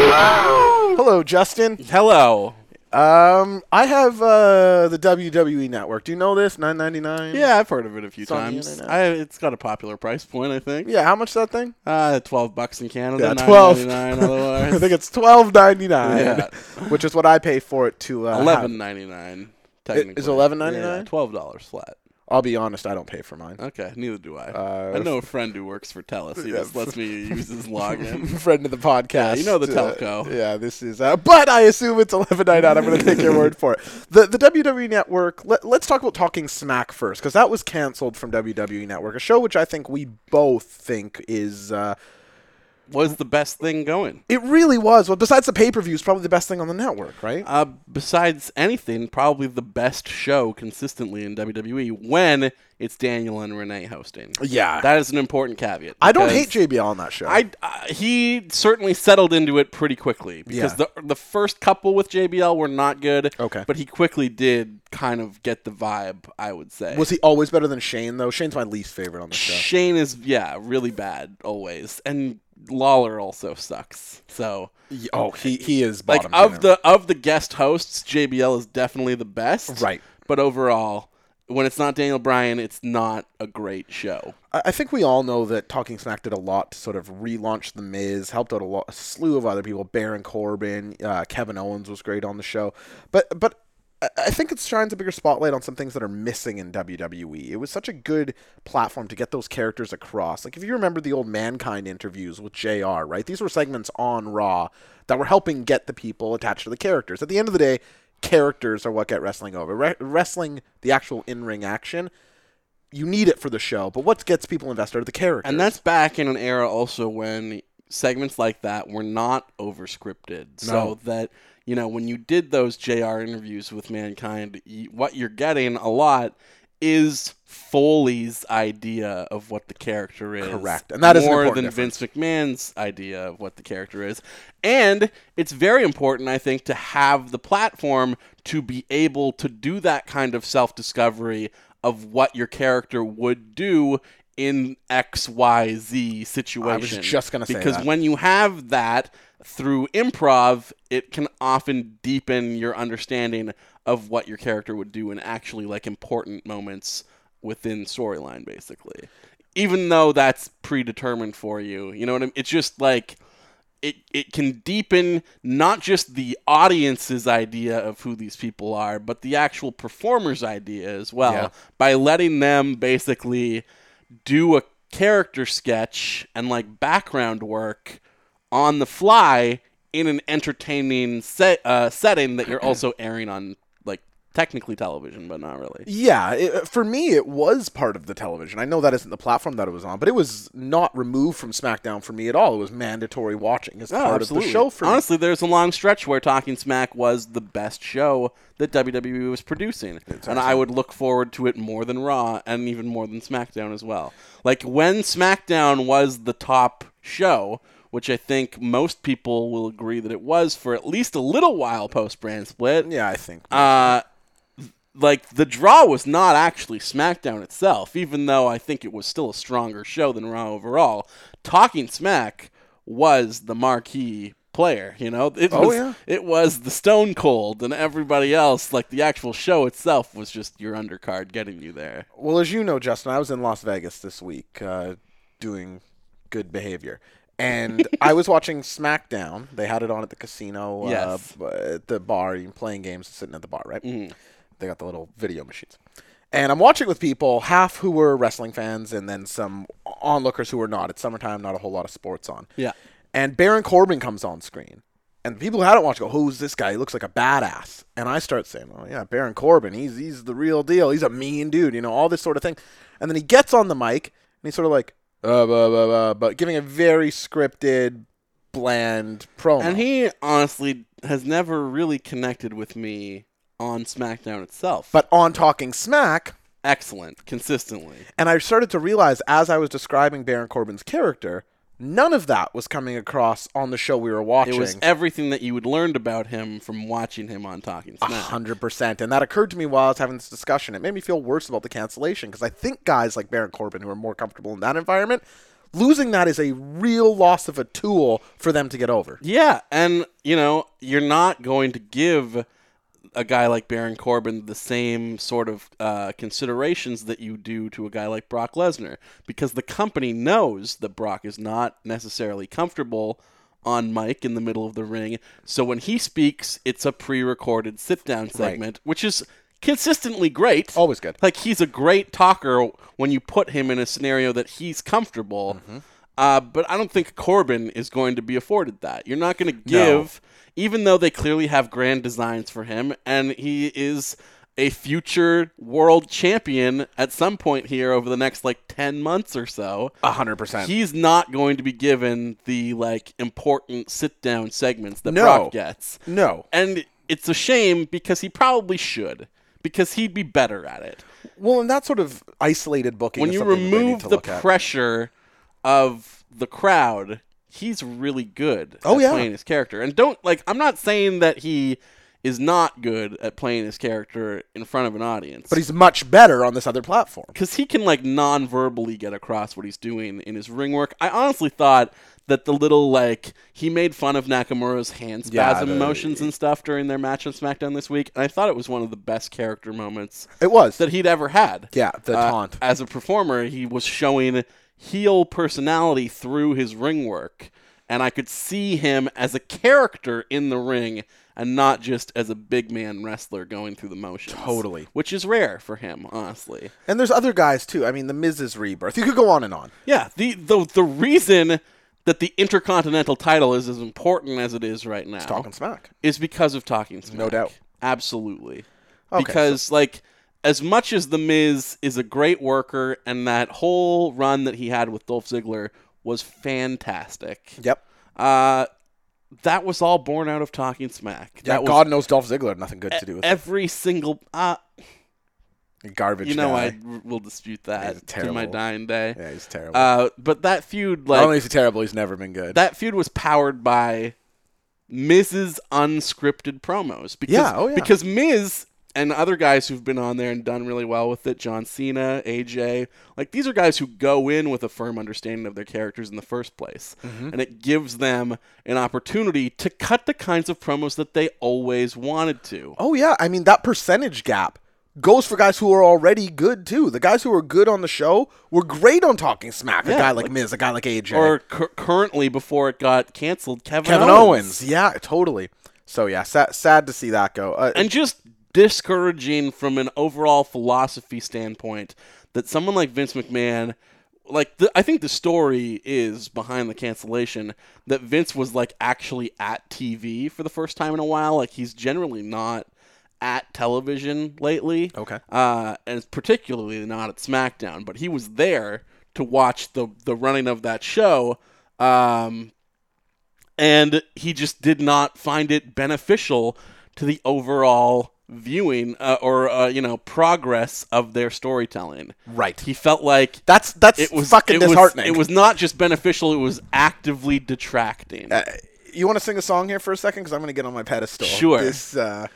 Speaker 5: Hello, Justin.
Speaker 4: Hello.
Speaker 5: Um, I have uh, the WWE Network. Do you know this? Nine ninety nine.
Speaker 4: Yeah, I've heard of it a few
Speaker 5: on the
Speaker 4: times.
Speaker 5: internet.
Speaker 4: I, it's got a popular price point, I think.
Speaker 5: Yeah. How much is that thing?
Speaker 4: Uh, 12 bucks in Canada,
Speaker 5: Yeah,
Speaker 4: yeah,
Speaker 5: 12.
Speaker 4: 9.99 otherwise.
Speaker 5: I think it's twelve ninety nine.
Speaker 4: Yeah.
Speaker 5: Which is what I pay for it to. Uh,
Speaker 4: Eleven
Speaker 5: have.
Speaker 4: ninety nine. Technically,
Speaker 5: $11.99?
Speaker 4: Yeah, Twelve dollars flat.
Speaker 5: I'll be honest. I don't pay for mine.
Speaker 4: Okay, neither do I.
Speaker 5: Uh,
Speaker 4: I know a friend who works for Telus. He just lets me use his login.
Speaker 5: Friend of the podcast.
Speaker 4: you know the
Speaker 5: uh,
Speaker 4: telco.
Speaker 5: yeah, this is. Uh, but I assume it's eleven ninety nine. I'm going to take your word for it. The the WWE Network. Let, let's talk about talking smack first, because that was canceled from WWE Network, a show which I think we both think is. Uh,
Speaker 4: Was the best thing going.
Speaker 5: it really was. Well, besides the pay per views, probably the best thing on the network, right?
Speaker 4: Uh, besides anything, probably the best show consistently in WWE when it's Daniel and Renee hosting.
Speaker 5: Yeah.
Speaker 4: that is an important caveat.
Speaker 5: I don't
Speaker 4: because-
Speaker 5: hate JBL on that show.
Speaker 4: I, I he certainly settled into it pretty quickly because
Speaker 5: Yeah.
Speaker 4: the the first couple with JBL were not good.
Speaker 5: Okay.
Speaker 4: but he quickly did kind of get the vibe. I would say
Speaker 5: was he always better than Shane though? Shane's my least favorite on the show.
Speaker 4: Shane is yeah really bad always, and Lawler also sucks. So
Speaker 5: Oh, he he is
Speaker 4: like
Speaker 5: bottom
Speaker 4: of
Speaker 5: dinner.
Speaker 4: the of the guest hosts, JBL is definitely the best.
Speaker 5: Right.
Speaker 4: but overall. When it's not Daniel Bryan, it's not a great show.
Speaker 5: I I think we all know that Talking Smack did a lot to sort of relaunch The Miz, helped out a, lot, a slew of other people. Baron Corbin, uh, Kevin Owens was great on the show, but but I- I think it shines a bigger spotlight on some things that are missing in WWE. It was such a good platform to get those characters across. Like if you remember the old Mankind interviews with Jr. Right, these were segments on Raw that were helping get the people attached to the characters. At the end of the day. Characters are what get wrestling over. Re- wrestling, the actual in-ring action, you need it for the show, but what gets people invested are the characters.
Speaker 4: And that's back in an era also when segments like that were not over scripted. So that, you know, when you did those JR interviews with Mankind, y what you're getting a lot is Foley's idea of what the character is.
Speaker 5: Correct. And that is an
Speaker 4: more than
Speaker 5: important difference.
Speaker 4: Vince McMahon's idea of what the character is. And it's very important, I think, to have the platform to be able to do that kind of self discovery of what your character would do in XYZ situation.
Speaker 5: just gonna say
Speaker 4: Because
Speaker 5: that.
Speaker 4: when you have that through improv, it can often deepen your understanding of what your character would do in actually like important moments within storyline basically. Even though that's predetermined for you. You know what I mean? It's just like it it can deepen not just the audience's idea of who these people are, but the actual performer's idea as well
Speaker 5: Yeah.
Speaker 4: by letting them basically do a character sketch and like background work on the fly in an entertaining set, uh, setting that you're also airing on like technically television, but not really.
Speaker 5: yeah, it, uh, for me, it was part of the television. I know that isn't the platform that it was on, but it was not removed from SmackDown for me at all. It was mandatory watching as part of the show for me.
Speaker 4: Honestly, there's a long stretch where Talking Smack was the best show that WWE was producing, and I would look forward to it more than Raw and even more than SmackDown as well. Like when SmackDown was the top show, which I think most people will agree that it was for at least a little while post brand split.
Speaker 5: Yeah, I think.
Speaker 4: Uh, like the draw was not actually SmackDown itself, even though I think it was still a stronger show than Raw overall. Talking Smack was the marquee player. You know, it
Speaker 3: Oh,
Speaker 4: was
Speaker 3: yeah.
Speaker 4: it was the Stone Cold and everybody else. Like the actual show itself was just your undercard getting you there.
Speaker 5: Well, as you know, Justin, I was in Las Vegas this week uh, doing good behavior. And I was watching SmackDown. They had it on at the casino, uh,
Speaker 4: Yes. Mm-hmm.
Speaker 5: b- at the bar, you playing games, sitting at the bar, right? They got the little video machines. And I'm watching with people, half who were wrestling fans, and then some onlookers who were not. It's summertime, not a whole lot of sports on.
Speaker 4: Yeah.
Speaker 5: And Baron Corbin comes on screen. And the people who hadn't watched go, who's this guy? He looks like a badass. And I start saying, oh, yeah, Baron Corbin. He's, he's the real deal. He's a mean dude, you know, all this sort of thing. And then he gets on the mic and he's sort of like, uh, blah, blah, blah, blah, giving a very scripted, bland promo.
Speaker 4: And he honestly has never really connected with me on SmackDown itself.
Speaker 5: but on Talking Smack,
Speaker 4: excellent, consistently.
Speaker 5: And I started to realize as I was describing Baron Corbin's character, none of that was coming across on the show we were watching.
Speaker 4: It was everything that you had learned about him from watching him on Talking
Speaker 5: a
Speaker 4: Smack.
Speaker 5: hundred percent, and that occurred to me while I was having this discussion. It made me feel worse about the cancellation because I think guys like Baron Corbin, who are more comfortable in that environment, losing that is a real loss of a tool for them to get over.
Speaker 4: Yeah, and you know, you're not going to give a guy like Baron Corbin the same sort of uh, considerations that you do to a guy like Brock Lesnar because the company knows that Brock is not necessarily comfortable on mic in the middle of the ring. So when he speaks, it's a pre-recorded sit-down segment, which is consistently great.
Speaker 5: Always good.
Speaker 4: Like he's a great talker when you put him in a scenario that he's comfortable.
Speaker 5: Mm-hmm.
Speaker 4: Uh, but I don't think Corbin is going to be afforded that. You're not going to give, even though they clearly have grand designs for him, and he is a future world champion at some point here over the next like 10 months or so.
Speaker 5: A hundred percent.
Speaker 4: He's not going to be given the like important sit down segments that
Speaker 5: No.
Speaker 4: Brock gets.
Speaker 5: No.
Speaker 4: And it's a shame because he probably should because he'd be better at it.
Speaker 5: Well, and that sort of isolated booking.
Speaker 4: When
Speaker 5: is
Speaker 4: you
Speaker 5: something that they need
Speaker 4: remove
Speaker 5: to
Speaker 4: the
Speaker 5: look at.
Speaker 4: pressure of the crowd, he's really good
Speaker 5: Oh,
Speaker 4: at
Speaker 5: yeah.
Speaker 4: playing his character. And don't like I'm not saying that he is not good at playing his character in front of an audience.
Speaker 5: but he's much better on this other platform.
Speaker 4: because he can like non-verbally get across what he's doing in his ring work. I honestly thought that the little like he made fun of Nakamura's hand
Speaker 5: Yeah,
Speaker 4: spasm
Speaker 5: the-
Speaker 4: motions and stuff during their match on SmackDown this week, and I thought it was one of the best character moments
Speaker 5: It was.
Speaker 4: that he'd ever had.
Speaker 5: Yeah, the
Speaker 4: Uh,
Speaker 5: taunt.
Speaker 4: As a performer, he was showing heel personality through his ring work, and I could see him as a character in the ring and not just as a big man wrestler going through the motions.
Speaker 5: Totally.
Speaker 4: Which is rare for him, honestly.
Speaker 5: And there's other guys too. I mean, the Miz's rebirth. You could go on and on.
Speaker 4: Yeah, the the the reason that the Intercontinental title is as important as it is right now
Speaker 5: Talking smack.
Speaker 4: is because of Talking Smack.
Speaker 5: No doubt.
Speaker 4: Absolutely.
Speaker 5: Okay,
Speaker 4: because like as much as the Miz is a great worker and that whole run that he had with Dolph Ziggler was fantastic.
Speaker 5: Yep.
Speaker 4: Uh that was all born out of Talking Smack.
Speaker 5: Yeah,
Speaker 4: that was
Speaker 5: God knows Dolph Ziggler had nothing good to do with it.
Speaker 4: every single uh
Speaker 5: garbage.
Speaker 4: eh, you know
Speaker 5: guy.
Speaker 4: I r- will dispute
Speaker 5: He's
Speaker 4: that to my
Speaker 5: terrible.
Speaker 4: dying day.
Speaker 5: Yeah, he's terrible.
Speaker 4: Uh but that feud like
Speaker 5: Not only is he terrible, he's never been good.
Speaker 4: that feud was powered by Miz's unscripted promos. Because,
Speaker 5: Yeah, oh yeah.
Speaker 4: Because Miz and other guys who've been on there and done really well with it, John Cena, AJ, like these are guys who go in with a firm understanding of their characters in the first place.
Speaker 5: Mm-hmm.
Speaker 4: And it gives them an opportunity to cut the kinds of promos that they always wanted to.
Speaker 5: oh yeah, I mean that percentage gap goes for guys who are already good too. The guys who are good on the show were great on talking smack. a
Speaker 4: Yeah,
Speaker 5: guy like,
Speaker 4: like-
Speaker 5: Miz, a guy like AJ,
Speaker 4: Or cur- currently, before it got canceled, Kevin,
Speaker 5: Kevin
Speaker 4: Owens.
Speaker 5: Owens. Yeah, totally. So yeah, sad, sad to see that go. Uh,
Speaker 4: and just discouraging from an overall philosophy standpoint that someone like Vince McMahon like the, I think the story is behind the cancellation that Vince was like actually at TV for the first time in a while like he's generally not at television lately
Speaker 5: Okay.
Speaker 4: uh, and particularly not at SmackDown but he was there to watch the the running of that show um, and he just did not find it beneficial to the overall viewing uh, or uh, you know progress of their storytelling.
Speaker 5: Right.
Speaker 4: He felt like
Speaker 5: that's that's
Speaker 4: it was
Speaker 5: fucking
Speaker 4: it was-
Speaker 5: disheartening.
Speaker 4: it was not just beneficial; it was actively detracting.
Speaker 5: Uh, You want to sing a song here for a second? Because I'm going to get on my pedestal.
Speaker 4: Sure.
Speaker 5: This, uh,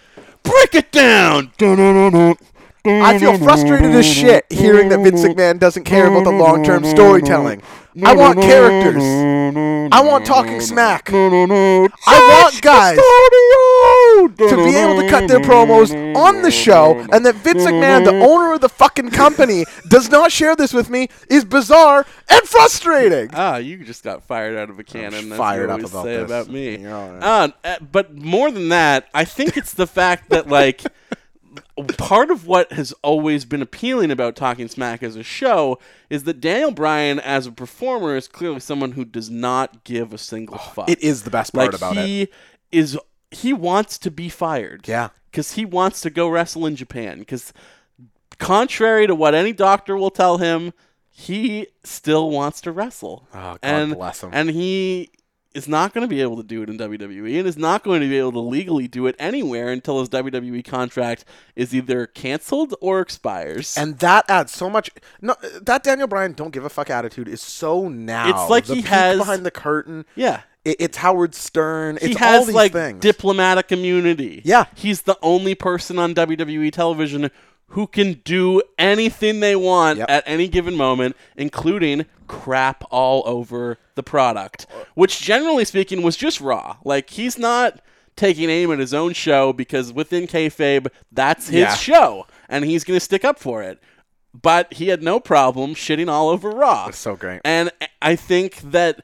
Speaker 4: Break it down. Dun, dun, dun, dun.
Speaker 5: I feel frustrated as shit hearing that Vince McMahon doesn't care about the long term storytelling. I want characters. I want talking smack. I want guys to be able to cut their promos on the show, and that Vince McMahon, the owner of the fucking company, does not share this with me is bizarre and frustrating.
Speaker 4: Ah, you just got fired out of a cannon. That's
Speaker 5: fired
Speaker 4: what
Speaker 5: up
Speaker 4: we
Speaker 5: about
Speaker 4: say
Speaker 5: this.
Speaker 4: about me.
Speaker 5: You're all right.
Speaker 4: Uh, uh, but more than that, I think it's the fact that like part of what has always been appealing about Talking Smack as a show is that Daniel Bryan as a performer is clearly someone who does not give a single fuck.
Speaker 5: Oh, It is the best part
Speaker 4: like
Speaker 5: about it.
Speaker 4: he is he wants to be fired.
Speaker 5: Yeah.
Speaker 4: Cuz he wants to go wrestle in Japan cuz contrary to what any doctor will tell him, he still wants to wrestle.
Speaker 5: Oh, God
Speaker 4: and,
Speaker 5: bless him.
Speaker 4: And he is not going to be able to do it in WWE and is not going to be able to legally do it anywhere until his WWE contract is either canceled or expires.
Speaker 5: And that adds so much. No, that Daniel Bryan don't give a fuck attitude is so now.
Speaker 4: It's like
Speaker 5: The
Speaker 4: he
Speaker 5: peek
Speaker 4: has-
Speaker 5: behind the curtain.
Speaker 4: yeah.
Speaker 5: It, it's Howard Stern. It's
Speaker 4: he has
Speaker 5: all these
Speaker 4: like
Speaker 5: things.
Speaker 4: diplomatic immunity.
Speaker 5: Yeah.
Speaker 4: he's the only person on WWE television who can do anything they want
Speaker 5: Yep.
Speaker 4: at any given moment, including crap all over the product, which generally speaking was just raw. Like he's not taking aim at his own show because within kayfabe, that's his
Speaker 5: Yeah.
Speaker 4: show, and he's going to stick up for it. But he had no problem shitting all over Raw.
Speaker 5: That's so great.
Speaker 4: And I think that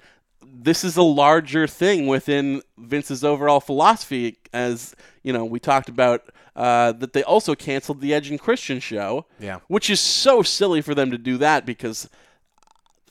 Speaker 4: this is a larger thing within Vince's overall philosophy, as you know, we talked about uh, that they also canceled the Edge and Christian show,
Speaker 5: Yeah.
Speaker 4: which is so silly for them to do that because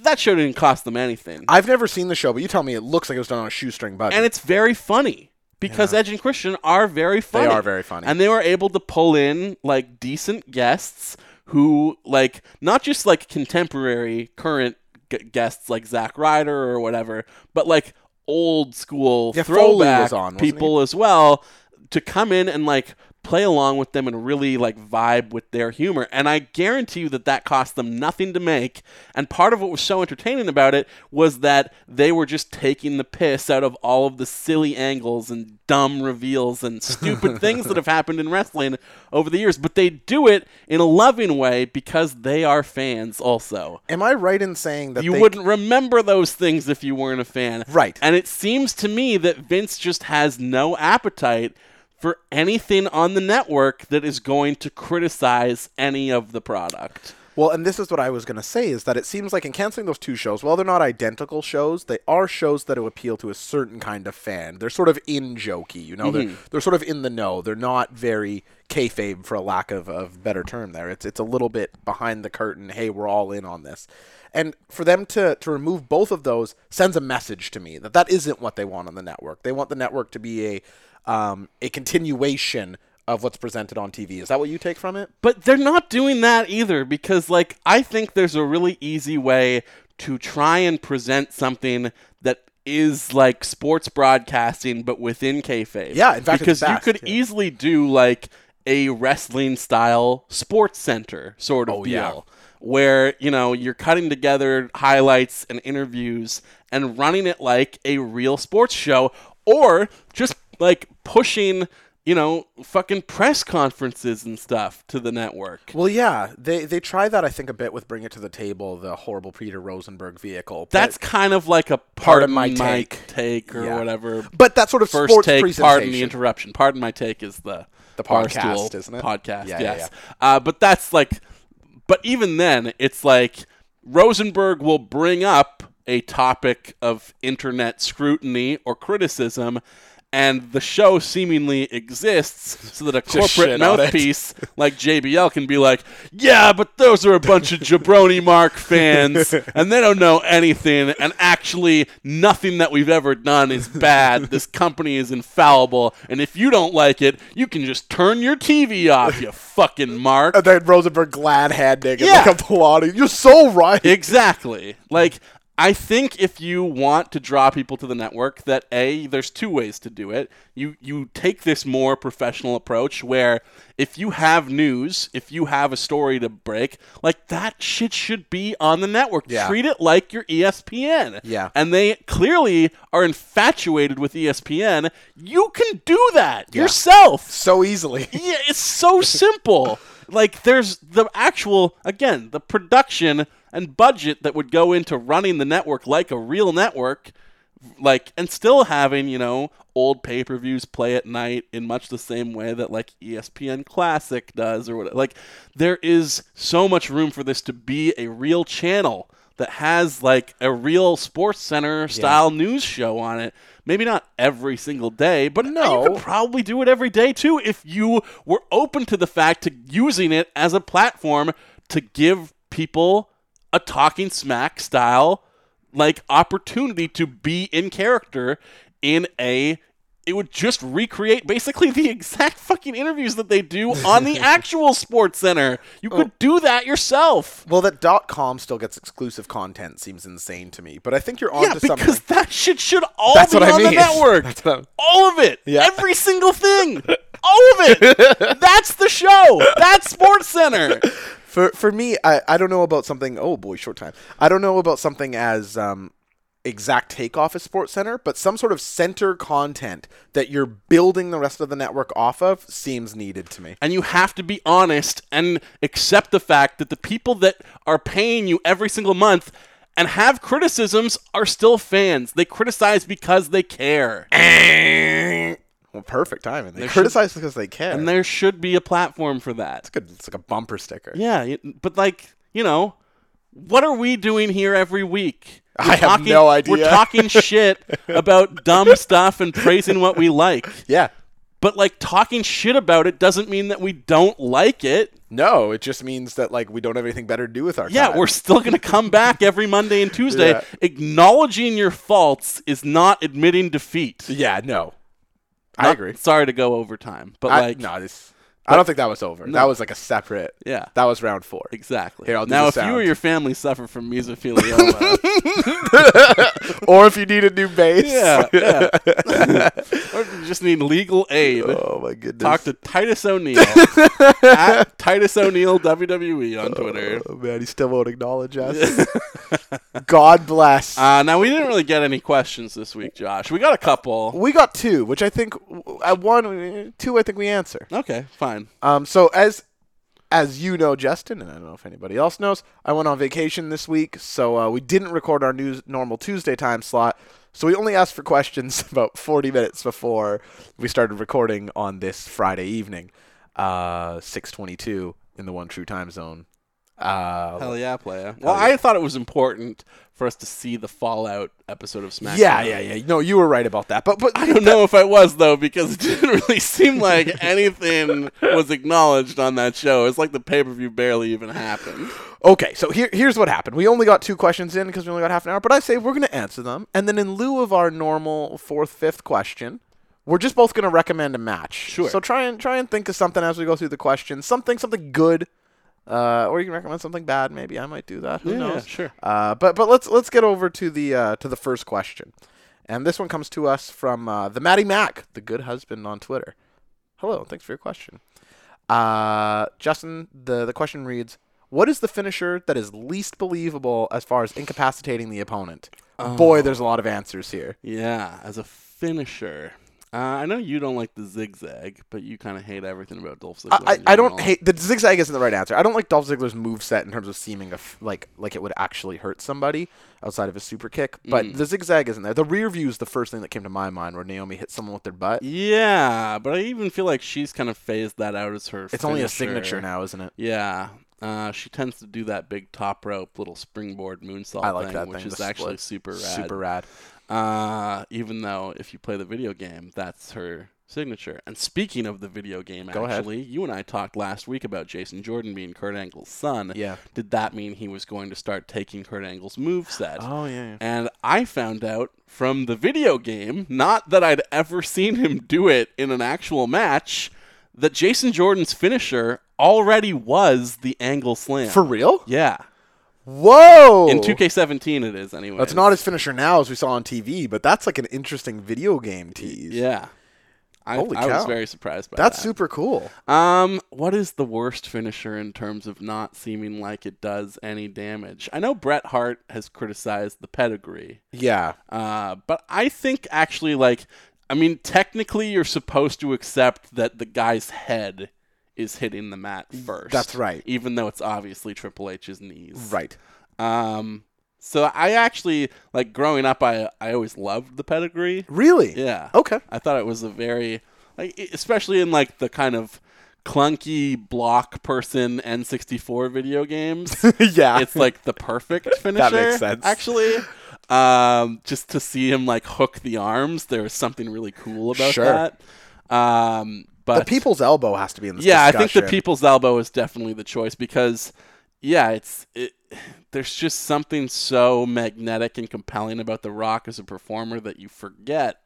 Speaker 4: that show didn't cost them anything,
Speaker 5: I've never seen the show, but you tell me it looks like it was done on a shoestring budget.
Speaker 4: and it's very funny. Because Edge and Christian are very funny.
Speaker 5: are very funny.
Speaker 4: And they were able to pull in like decent guests who like not just like contemporary current g- guests like Zack Ryder or whatever, but like old school
Speaker 5: Yeah, Foley
Speaker 4: throwback
Speaker 5: was on, wasn't
Speaker 4: people as well to come in and like play along with them and really like vibe with their humor and i guarantee you that that cost them nothing to make and part of what was so entertaining about it was that they were just taking the piss out of all of the silly angles and dumb reveals and stupid things that have happened in wrestling over the years but they do it in a loving way because they are fans also
Speaker 5: Am I right in saying that
Speaker 4: you
Speaker 5: they-
Speaker 4: wouldn't remember those things if you weren't a fan.
Speaker 5: Right.
Speaker 4: And it seems to me that Vince just has no appetite for anything on the network that is going to criticize any of the product.
Speaker 5: Well, and this is what I was going to say is that it seems like in canceling those two shows, while they're not identical shows, they are shows that appeal to a certain kind of fan. They're sort of in jokey, you know. They're they're sort of in the know. They're not very kayfabe, for a lack of of better term. There, it's it's a little bit behind the curtain. Hey, we're all in on this, and for them to to remove both of those sends a message to me that that isn't what they want on the network. They want the network to be a um, a continuation of what's presented on TV. Is that what you take from it?
Speaker 4: But they're not doing that either because, like, I think there's a really easy way to try and present something that is like sports broadcasting but within kayfabe.
Speaker 5: Yeah, in fact, it's
Speaker 4: because you
Speaker 5: fast,
Speaker 4: could
Speaker 5: yeah.
Speaker 4: easily do like a wrestling style sports center sort of
Speaker 5: Oh,
Speaker 4: deal.
Speaker 5: yeah.
Speaker 4: Where you know you're cutting together highlights and interviews and running it like a real sports show, or just like pushing you know fucking press conferences and stuff to the network.
Speaker 5: Well, yeah, they they try that I think a bit with bring it to the table, the horrible Peter Rosenberg vehicle. but-
Speaker 4: That's kind of like a
Speaker 5: Part
Speaker 4: pardon
Speaker 5: of my take.
Speaker 4: take or
Speaker 5: Yeah.
Speaker 4: whatever.
Speaker 5: but that sort of
Speaker 4: first
Speaker 5: sports
Speaker 4: take,
Speaker 5: presentation.
Speaker 4: pardon the interruption. Pardon my take is the
Speaker 5: The
Speaker 4: Barstool
Speaker 5: podcast, isn't it?
Speaker 4: Podcast,
Speaker 5: Yeah, yeah,
Speaker 4: yes. Uh, but that's like, but even then, it's like Rosenberg will bring up a topic of internet scrutiny or criticism. And the show seemingly exists so that a corporate
Speaker 5: shit on it.
Speaker 4: mouthpiece like JBL can be like, yeah, but those are a bunch of jabroni Mark fans, and they don't know anything, and actually nothing that we've ever done is bad. This company is infallible, and if you don't like it, you can just turn your TV off, you fucking Mark.
Speaker 5: and then Uh, Rosenberg glad handing
Speaker 4: Yeah.
Speaker 5: and like applauding. You're so right.
Speaker 4: Exactly. Like I think if you want to draw people to the network, that a there's two ways to do it. You you take this more professional approach where if you have news, if you have a story to break, like that shit should be on the network.
Speaker 5: Yeah.
Speaker 4: Treat it like your E ESPN.
Speaker 5: Yeah.
Speaker 4: And they clearly are infatuated with E ESPN. You can do that yourself.
Speaker 5: so easily.
Speaker 4: Yeah, it's so simple. like there's the actual again the production and budget that would go into running the network like a real network like and still having you know old pay-per-views play at night in much the same way that like E ESPN Classic does or whatever like there is so much room for this to be a real channel that has like a real sports center style news show on it maybe not every single day but no you could probably do it every day too if you were open to the fact to using it as a platform to give people a talking smack style like opportunity to be in character in a it would just recreate basically the exact fucking interviews that they do on the actual sports center you could
Speaker 5: Oh.
Speaker 4: do that yourself
Speaker 5: Well, that dot com still gets exclusive content seems insane to me, but I think you're onto
Speaker 4: yeah
Speaker 5: something.
Speaker 4: because that shit should all
Speaker 5: That's
Speaker 4: be
Speaker 5: what I
Speaker 4: on the
Speaker 5: mean.
Speaker 4: network
Speaker 5: That's what I'm-
Speaker 4: all of it
Speaker 5: Yeah.
Speaker 4: every single thing all of it that's the show that's sports center
Speaker 5: For for me, I, I don't know about something. Oh boy, short time. I don't know about something as um, exact takeoff as Sports Center, but some sort of center content that you're building the rest of the network off of seems needed to me.
Speaker 4: and you have to be honest and accept the fact that the people that are paying you every single month and have criticisms are still fans. They criticize because they care.
Speaker 5: Well, perfect timing. They criticize because they care.
Speaker 4: And there should be a platform for that.
Speaker 5: good. It's like a bumper sticker.
Speaker 4: Yeah, y- but like, you know, what are we doing here every week? We're
Speaker 5: I have no
Speaker 4: We're
Speaker 5: idea.
Speaker 4: talking shit about dumb stuff and praising what we like.
Speaker 5: Yeah.
Speaker 4: But like talking shit about it doesn't mean that we don't like it.
Speaker 5: No, it just means that like we don't have anything better to do with our
Speaker 4: Yeah,
Speaker 5: time.
Speaker 4: we're still going to come back every Monday and Tuesday.
Speaker 5: Yeah.
Speaker 4: Acknowledging your faults is not admitting defeat.
Speaker 5: yeah. No, I
Speaker 4: Not-
Speaker 5: agree.
Speaker 4: Sorry to go overtime, but
Speaker 5: I,
Speaker 4: like
Speaker 5: no, this. I don't think that was over. That was like a separate.
Speaker 4: Yeah.
Speaker 5: That was round four.
Speaker 4: exactly.
Speaker 5: Here, I'll do
Speaker 4: now,
Speaker 5: the
Speaker 4: if you or
Speaker 5: sound.
Speaker 4: your family suffer from mesothelioma,
Speaker 5: or if you need a new base.
Speaker 4: yeah, yeah. or if you just need legal aid,
Speaker 5: Oh my goodness.
Speaker 4: talk to Titus O'Neil at Titus O'Neil WWE E on Twitter.
Speaker 5: Oh man, he still won't acknowledge us. God bless.
Speaker 4: Uh, now we didn't really get any questions this week, Josh. We got a couple.
Speaker 5: we got two, which I think at one, two I think we answer.
Speaker 4: Okay, fine.
Speaker 5: Um, so as as you know, Justin, and I don't know if anybody else knows, I went on vacation this week, so uh, we didn't record our news normal Tuesday time slot. So we only asked for questions about 40 minutes before we started recording on this Friday evening, uh, 6:22 in the One True Time Zone. Uh,
Speaker 4: Hell yeah, playa. Well, I thought it was important for us to see the Fallout episode of SmackDown.
Speaker 5: yeah, yeah, yeah. No, you were right about that. But but
Speaker 4: I don't know if I was though, because it didn't really seem like anything was acknowledged on that show. It's like the pay per view barely even happened.
Speaker 5: Okay, so here, here's what happened. We only got two questions in because we only got half an hour, but I say we're going to answer them. And then in lieu of our normal fourth, fifth question, we're just both going to recommend a match. Sure. So try and try and think of something as we go through the questions. Something, something good, uh, or you can recommend something bad. Maybe I might do that. Who
Speaker 4: Yeah,
Speaker 5: knows?
Speaker 4: sure.
Speaker 5: Uh, but but let's let's get over to the uh, to the first question, and this one comes to us from uh, the Maddie Mac, the good husband on Twitter. Hello, thanks for your question. Uh, Justin, the, the question reads What is the finisher that is least believable as far as incapacitating the opponent? Boy, there's a lot of answers here.
Speaker 4: Yeah, as a finisher. Uh, I know you don't like the zigzag, but you kind of hate everything about Dolph Ziggler.
Speaker 5: I,
Speaker 4: in
Speaker 5: I, I don't
Speaker 4: general.
Speaker 5: hate the zigzag isn't the right answer. I don't like Dolph Ziggler's moveset in terms of seeming a f- like like it would actually hurt somebody outside of his super kick, but
Speaker 4: Mm.
Speaker 5: the zigzag isn't there. The rear view is the first thing that came to my mind where Naomi hit someone with their butt.
Speaker 4: Yeah, but I even feel like she's kind of phased that out as her.
Speaker 5: It's only a signature now, isn't it?
Speaker 4: Yeah. Uh, she tends to do that big top rope, little springboard moonsault
Speaker 5: I like
Speaker 4: thing,
Speaker 5: that
Speaker 4: which
Speaker 5: thing.
Speaker 4: is
Speaker 5: the
Speaker 4: actually
Speaker 5: split.
Speaker 4: super rad.
Speaker 5: Super rad.
Speaker 4: Uh, even though if you play the video game, that's her signature. And speaking of the video game,
Speaker 5: Go ahead.
Speaker 4: actually, you and I talked last week about Jason Jordan being Kurt Angle's son.
Speaker 5: Yeah.
Speaker 4: Did that mean he was going to start taking Kurt Angle's moveset?
Speaker 5: Oh, yeah, yeah.
Speaker 4: And I found out from the video game, not that I'd ever seen him do it in an actual match, that Jason Jordan's finisher already was the angle slam.
Speaker 5: For real?
Speaker 4: Yeah.
Speaker 5: Whoa!
Speaker 4: In 2K17 it is anyway.
Speaker 5: That's not his finisher now as we saw on TV, but that's like an interesting video game tease.
Speaker 4: Yeah. I,
Speaker 5: Holy
Speaker 4: I was
Speaker 5: cow.
Speaker 4: very surprised by
Speaker 5: That's
Speaker 4: that.
Speaker 5: super cool.
Speaker 4: Um, what is the worst finisher in terms of not seeming like it does any damage? I know Bret Hart has criticized the pedigree,
Speaker 5: Yeah.
Speaker 4: uh, but I think actually, like, I mean, technically, you're supposed to accept that the guy's head is hitting the mat first.
Speaker 5: That's right.
Speaker 4: Even though it's obviously Triple H's knees.
Speaker 5: Right.
Speaker 4: Um. So I actually like growing up. I I always loved the pedigree.
Speaker 5: Really?
Speaker 4: Yeah.
Speaker 5: Okay.
Speaker 4: I thought it was a very, like, e- especially in like the kind of clunky block person N64 video games.
Speaker 5: Yeah.
Speaker 4: It's like the perfect finisher.
Speaker 5: sense.
Speaker 4: Actually, um, just to see him like hook the arms, there was something really cool about
Speaker 5: Sure.
Speaker 4: that. Um, but
Speaker 5: The people's elbow has to be in this.
Speaker 4: yeah, I think
Speaker 5: discussion.
Speaker 4: the people's elbow is definitely the choice because, yeah, it's it, there's just something so magnetic and compelling about The Rock as a performer that you forget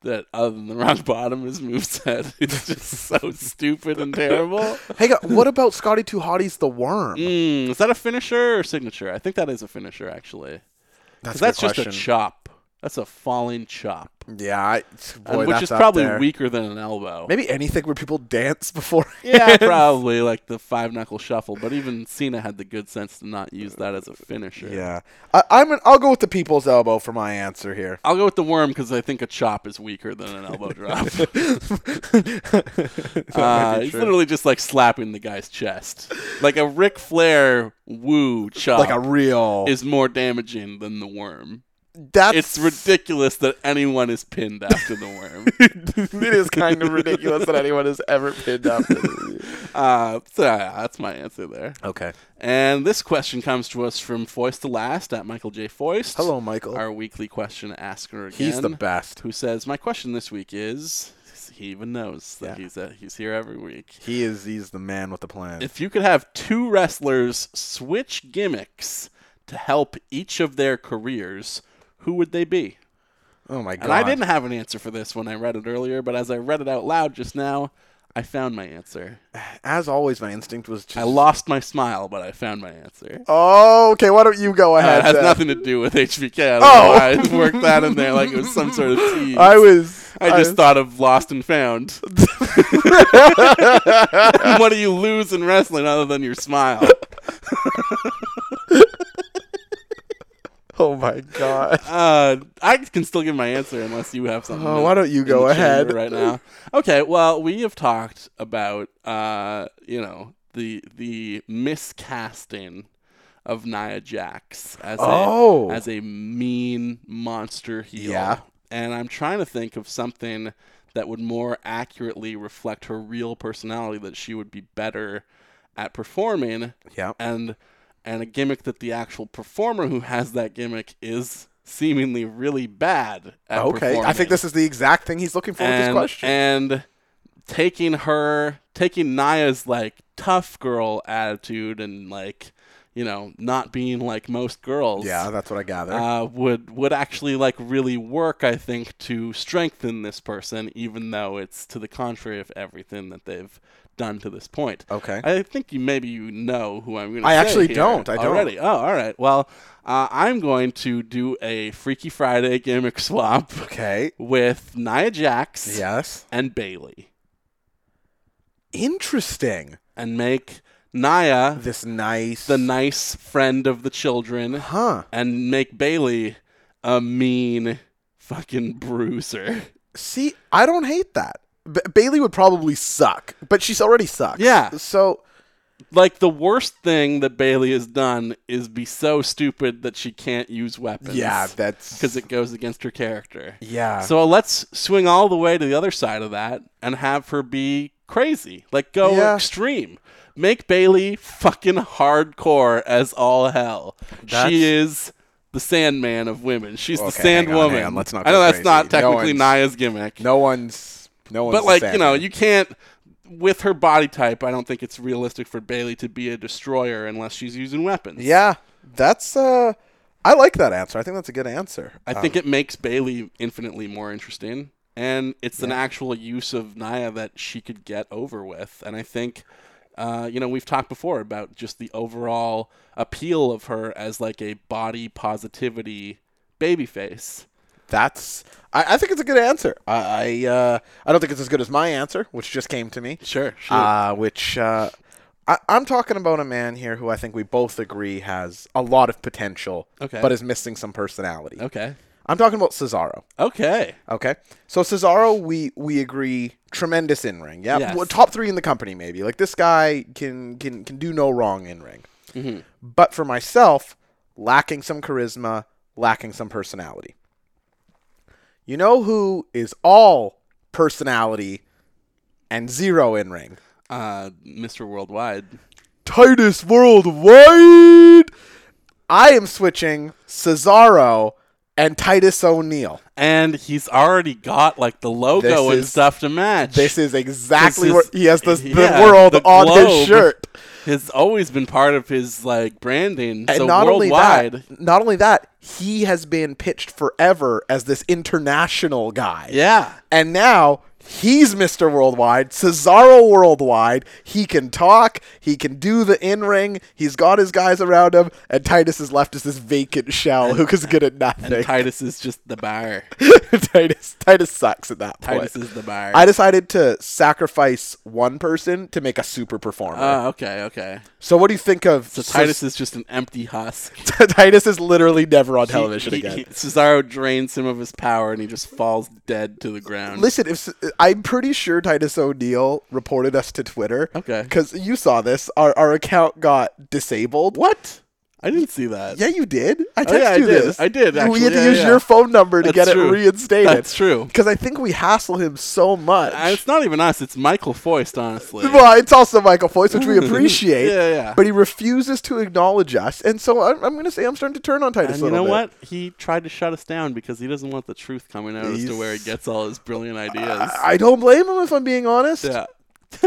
Speaker 4: that other than The Rock Bottom, his moveset is just so stupid and terrible.
Speaker 5: Hey, what about Scotty Two Hotties the Worm?
Speaker 4: Hmm. Mm, is that a finisher or signature? I think that is a finisher actually. 'Cause
Speaker 5: a good
Speaker 4: That's, just a
Speaker 5: question.
Speaker 4: chop. That's a falling chop,
Speaker 5: Yeah, I, boy,
Speaker 4: which
Speaker 5: that's
Speaker 4: is
Speaker 5: up
Speaker 4: probably
Speaker 5: there.
Speaker 4: weaker than an elbow.
Speaker 5: Maybe anything where people dance before.
Speaker 4: Yeah, probably like the five knuckle shuffle. But even Cena had the good sense to not use that as a finisher.
Speaker 5: Yeah, I, I'm. An, I'll go with the people's elbow for my answer here.
Speaker 4: I'll go with the worm because I think a chop is weaker than an elbow drop. uh, it's literally just like slapping the guy's chest, like a Ric Flair woo chop.
Speaker 5: Like a real.
Speaker 4: is more damaging than the worm.
Speaker 5: that's
Speaker 4: It's ridiculous that anyone is pinned after the worm.
Speaker 5: it is kind of ridiculous that anyone has ever pinned up.
Speaker 4: Uh, so yeah, that's my answer there.
Speaker 5: okay.
Speaker 4: And this question comes to us from Foist to Last at Michael J. Foist.
Speaker 5: Hello, Michael.
Speaker 4: Our weekly question asker again.
Speaker 5: He's the best.
Speaker 4: Who says, My question this week is he even knows that he's uh he's here every week.
Speaker 5: He is. He's the man with the plan.
Speaker 4: If you could have two wrestlers switch gimmicks to help each of their careers, who would they be?
Speaker 5: oh my god!
Speaker 4: And I didn't have an answer for this when I read it earlier, but as I read it out loud just now, I found my answer.
Speaker 5: As always, my instinct was just.
Speaker 4: I lost my smile, but I found my answer.
Speaker 5: Oh, okay. Why don't you go
Speaker 4: Uh, it
Speaker 5: ahead?
Speaker 4: has
Speaker 5: then?
Speaker 4: nothing to do with HBK. Oh, I don't know why I worked that in there like it was some sort of tease.
Speaker 5: I was.
Speaker 4: I just thought of lost and found. what do you lose in wrestling other than your smile?
Speaker 5: Oh my god.
Speaker 4: Uh, I can still give my answer unless you have something.
Speaker 5: Oh,
Speaker 4: in-
Speaker 5: why don't you
Speaker 4: in
Speaker 5: go
Speaker 4: the chamber
Speaker 5: ahead?
Speaker 4: right now? Okay, well, we have talked about uh, you know, the the miscasting of Nia Jax as
Speaker 5: Oh.
Speaker 4: a as a mean monster heel.
Speaker 5: Yeah.
Speaker 4: And I'm trying to think of something that would more accurately reflect her real personality that she would be better at performing
Speaker 5: Yeah.
Speaker 4: and and a gimmick that the actual performer who has that gimmick is seemingly really bad at
Speaker 5: Okay. I think
Speaker 4: performing.
Speaker 5: this is the exact thing he's looking for with this
Speaker 4: and,
Speaker 5: question.
Speaker 4: and taking her taking Naya's like tough girl attitude and like you know not being like most girls
Speaker 5: yeah, that's what I gather.
Speaker 4: uh, would would actually like really work I think to strengthen this person even though it's to the contrary of everything that they've done to this point.
Speaker 5: Okay.
Speaker 4: I think you maybe you know who I'm going to
Speaker 5: I actually don't. I don't.
Speaker 4: already. Oh, all right. Well, uh, I'm going to do a Freaky Friday gimmick swap
Speaker 5: okay.
Speaker 4: with Nia Jax
Speaker 5: Yes.
Speaker 4: and Bailey
Speaker 5: Interesting.
Speaker 4: and make Nia
Speaker 5: This nice.
Speaker 4: the nice friend of the children
Speaker 5: Huh.
Speaker 4: and make Bailey a mean fucking bruiser.
Speaker 5: See, I don't hate that. B- Bailey would probably suck, but she's already sucked.
Speaker 4: Yeah.
Speaker 5: So
Speaker 4: Like the worst thing that Bailey has done is be so stupid that she can't use weapons.
Speaker 5: yeah, that's
Speaker 4: because it goes against her character.
Speaker 5: yeah.
Speaker 4: So uh, let's swing all the way to the other side of that and have her be crazy. Like go
Speaker 5: Yeah.
Speaker 4: extreme. Make Bailey fucking hardcore as all hell.
Speaker 5: That's-
Speaker 4: she is the Sandman of women. She's the
Speaker 5: Okay, hang
Speaker 4: Sand
Speaker 5: on,
Speaker 4: Woman.
Speaker 5: hang on. Let's not
Speaker 4: I know
Speaker 5: go
Speaker 4: that's
Speaker 5: crazy.
Speaker 4: not
Speaker 5: No
Speaker 4: technically
Speaker 5: one's-
Speaker 4: Naya's gimmick.
Speaker 5: no one's no one's.
Speaker 4: But like you know,
Speaker 5: sad.
Speaker 4: you can't with her body type. I don't think it's realistic for Bailey to be a destroyer unless she's using weapons.
Speaker 5: yeah, that's uh, I like that answer. I think that's a good answer. Um,
Speaker 4: I think it makes Bailey infinitely more interesting. And it's an actual use of Naya that she could get over with. And I think, uh, you know, we've talked before about just the overall appeal of her as like a body positivity babyface.
Speaker 5: That's I, I think it's a good answer. I I, uh, I don't think it's as good as my answer, which just came to me.
Speaker 4: Sure, sure.
Speaker 5: Uh, which uh, I, I'm talking about a man here who I think we both agree has a lot of potential,
Speaker 4: Okay.
Speaker 5: but is missing some personality.
Speaker 4: okay.
Speaker 5: I'm talking about Cesaro.
Speaker 4: Okay.
Speaker 5: Okay. So Cesaro, we we agree, tremendous in ring. Yeah,
Speaker 4: Yes.
Speaker 5: Well, top three in the company, maybe. Like this guy can can can do no wrong in ring.
Speaker 4: Mm-hmm.
Speaker 5: But for myself, lacking some charisma, lacking some personality. You know who is all personality and zero in ring?
Speaker 4: Uh, Mr. Worldwide.
Speaker 5: Titus Worldwide. I am switching Cesaro and Titus O'Neil.
Speaker 4: And he's already got like the logo
Speaker 5: This
Speaker 4: and
Speaker 5: is-
Speaker 4: stuff to match.
Speaker 5: This is exactly
Speaker 4: is-
Speaker 5: where he has the, the
Speaker 4: yeah,
Speaker 5: world
Speaker 4: the
Speaker 5: on his
Speaker 4: globe.
Speaker 5: shirt.
Speaker 4: has always been part of his like branding.
Speaker 5: And
Speaker 4: so
Speaker 5: not
Speaker 4: worldwide.
Speaker 5: only that, not only that, he has been pitched forever as this international guy.
Speaker 4: Yeah.
Speaker 5: And now he's Mr. Worldwide, Cesaro Worldwide. He can talk, he can do the in-ring, he's got his guys around him, and Titus is left as this vacant shell who is good at
Speaker 4: And
Speaker 5: nothing.
Speaker 4: Titus is just the bar.
Speaker 5: Titus Titus sucks at that point.
Speaker 4: Titus is the bar.
Speaker 5: I decided to sacrifice one person to make a super performer.
Speaker 4: Oh, okay, okay.
Speaker 5: so what do you think of
Speaker 4: So Titus is just an empty husk.
Speaker 5: Titus is literally never on
Speaker 4: He-
Speaker 5: television
Speaker 4: he-
Speaker 5: again.
Speaker 4: he- Cesaro drains him of his power and he just falls dead to the ground.
Speaker 5: Listen, if I'm pretty sure Titus O'Neil reported us to Twitter.
Speaker 4: Okay.
Speaker 5: Because you saw this, our, our account got disabled.
Speaker 4: What? I didn't see that.
Speaker 5: Yeah, you did. I texted
Speaker 4: yeah, I
Speaker 5: you
Speaker 4: did.
Speaker 5: this.
Speaker 4: I did,
Speaker 5: we had
Speaker 4: actually.
Speaker 5: to
Speaker 4: Yeah,
Speaker 5: use
Speaker 4: yeah.
Speaker 5: your phone number to
Speaker 4: That's
Speaker 5: get
Speaker 4: true.
Speaker 5: it reinstated.
Speaker 4: That's true.
Speaker 5: Because I think we hassle him so much.
Speaker 4: Uh, It's not even us. It's Michael Foist, honestly.
Speaker 5: Well, it's also Michael Foyce, which we appreciate.
Speaker 4: Yeah, yeah.
Speaker 5: But he refuses to acknowledge us, and so I'm, I'm going to say I'm starting to turn on Titus.
Speaker 4: and
Speaker 5: a
Speaker 4: you know
Speaker 5: little bit.
Speaker 4: what? He tried to shut us down because he doesn't want the truth coming out as to
Speaker 5: He's-
Speaker 4: where he gets all his brilliant ideas.
Speaker 5: I don't blame him if I'm being honest.
Speaker 4: yeah.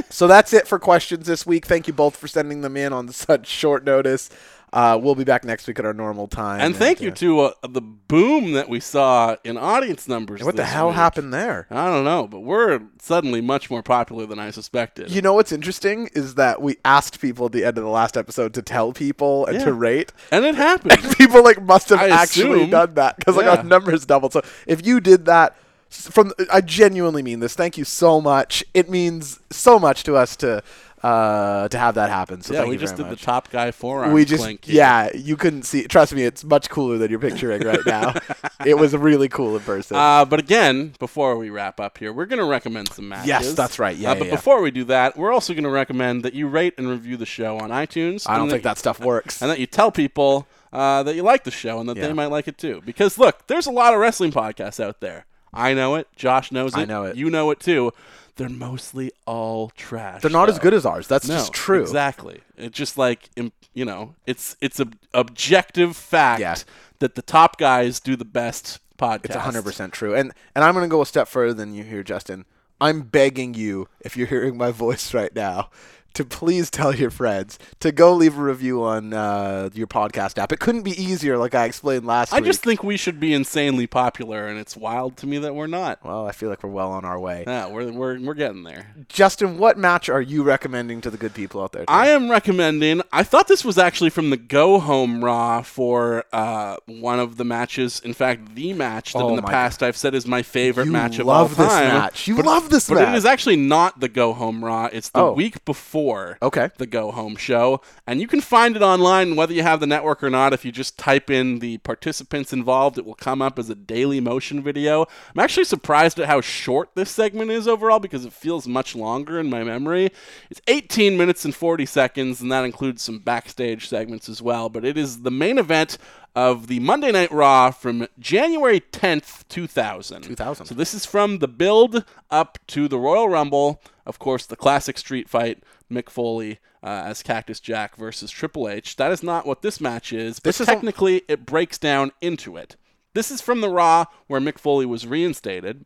Speaker 5: So that's it for questions this week. Thank you both for sending them in on such short notice. Uh, we'll be back next week at our normal time.
Speaker 4: And thank you
Speaker 5: uh,
Speaker 4: to uh, the boom that we saw in audience numbers.
Speaker 5: what the
Speaker 4: this
Speaker 5: hell
Speaker 4: week.
Speaker 5: happened there?
Speaker 4: I don't know, but we're suddenly much more popular than I suspected.
Speaker 5: You know what's interesting is that we asked people at the end of the last episode to tell people and
Speaker 4: Yeah.
Speaker 5: to rate.
Speaker 4: and it happened.
Speaker 5: People like must have
Speaker 4: I
Speaker 5: actually
Speaker 4: assume.
Speaker 5: done that because like
Speaker 4: Yeah.
Speaker 5: our numbers doubled. So if you did that, s- from I genuinely mean this. Thank you so much. It means so much to us to uh, to have that happen. So
Speaker 4: yeah,
Speaker 5: thank
Speaker 4: we
Speaker 5: you
Speaker 4: just
Speaker 5: very
Speaker 4: did
Speaker 5: much.
Speaker 4: the top guy forearm
Speaker 5: we just
Speaker 4: clink here.
Speaker 5: yeah you couldn't see it. trust me it's much cooler than you're picturing right now it was really cool in person
Speaker 4: Uh, but again, before we wrap up here, we're going to recommend some matches.
Speaker 5: that's right. Yeah,
Speaker 4: Uh,
Speaker 5: yeah,
Speaker 4: but
Speaker 5: yeah.
Speaker 4: before we do that, we're also going to recommend that you rate and review the show on iTunes.
Speaker 5: i don't
Speaker 4: and
Speaker 5: think that stuff works
Speaker 4: and that you tell people uh, that you like the show and that they
Speaker 5: Yeah.
Speaker 4: might like it too. Because look, there's a lot of wrestling podcasts out there. I know it. Josh knows it.
Speaker 5: I know it.
Speaker 4: You know it too. They're mostly all trash.
Speaker 5: they're not as
Speaker 4: though.
Speaker 5: good as ours that's
Speaker 4: No,
Speaker 5: just true
Speaker 4: Exactly. It's just like im- you know, it's it's an objective fact
Speaker 5: Yeah.
Speaker 4: that the top guys do the best podcasts.
Speaker 5: it's 100% true and and i'm going to go a step further than you here justin i'm begging you if you're hearing my voice right now to please tell your friends to go leave a review on uh, your podcast app. It couldn't be easier, like I explained last
Speaker 4: I
Speaker 5: week.
Speaker 4: just think we should be insanely popular, and it's wild to me that we're not.
Speaker 5: well, I feel like we're well on our way.
Speaker 4: Yeah, we're we're we're getting there.
Speaker 5: Justin, what match are you recommending to the good people out there? today?
Speaker 4: I am recommending. I thought this was actually from the Go Home Raw for uh, one of the matches. In fact, the match that
Speaker 5: Oh
Speaker 4: in the
Speaker 5: my-
Speaker 4: past I've said is my favorite
Speaker 5: You
Speaker 4: match of
Speaker 5: love
Speaker 4: all
Speaker 5: this
Speaker 4: time.
Speaker 5: match. You love this
Speaker 4: but it
Speaker 5: match.
Speaker 4: is actually not the Go Home Raw. It's the
Speaker 5: Oh.
Speaker 4: week before.
Speaker 5: Okay.
Speaker 4: The Go Home Show, and you can find it online whether you have the network or not. If you just type in the participants involved, it will come up as a daily motion video. I'm actually surprised at how short this segment is overall because it feels much longer in my memory. It's 18 minutes and 40 seconds, and that includes some backstage segments as well. But it is the main event of the Monday Night Raw from January 10th, 2000.
Speaker 5: 2000.
Speaker 4: So this is from the build up to the Royal Rumble. Of course, the classic street fight, Mick Foley uh, as Cactus Jack versus Triple H. That is not what this match is, but
Speaker 5: This is a-
Speaker 4: technically it breaks down into it. This is from the Raw where Mick Foley was reinstated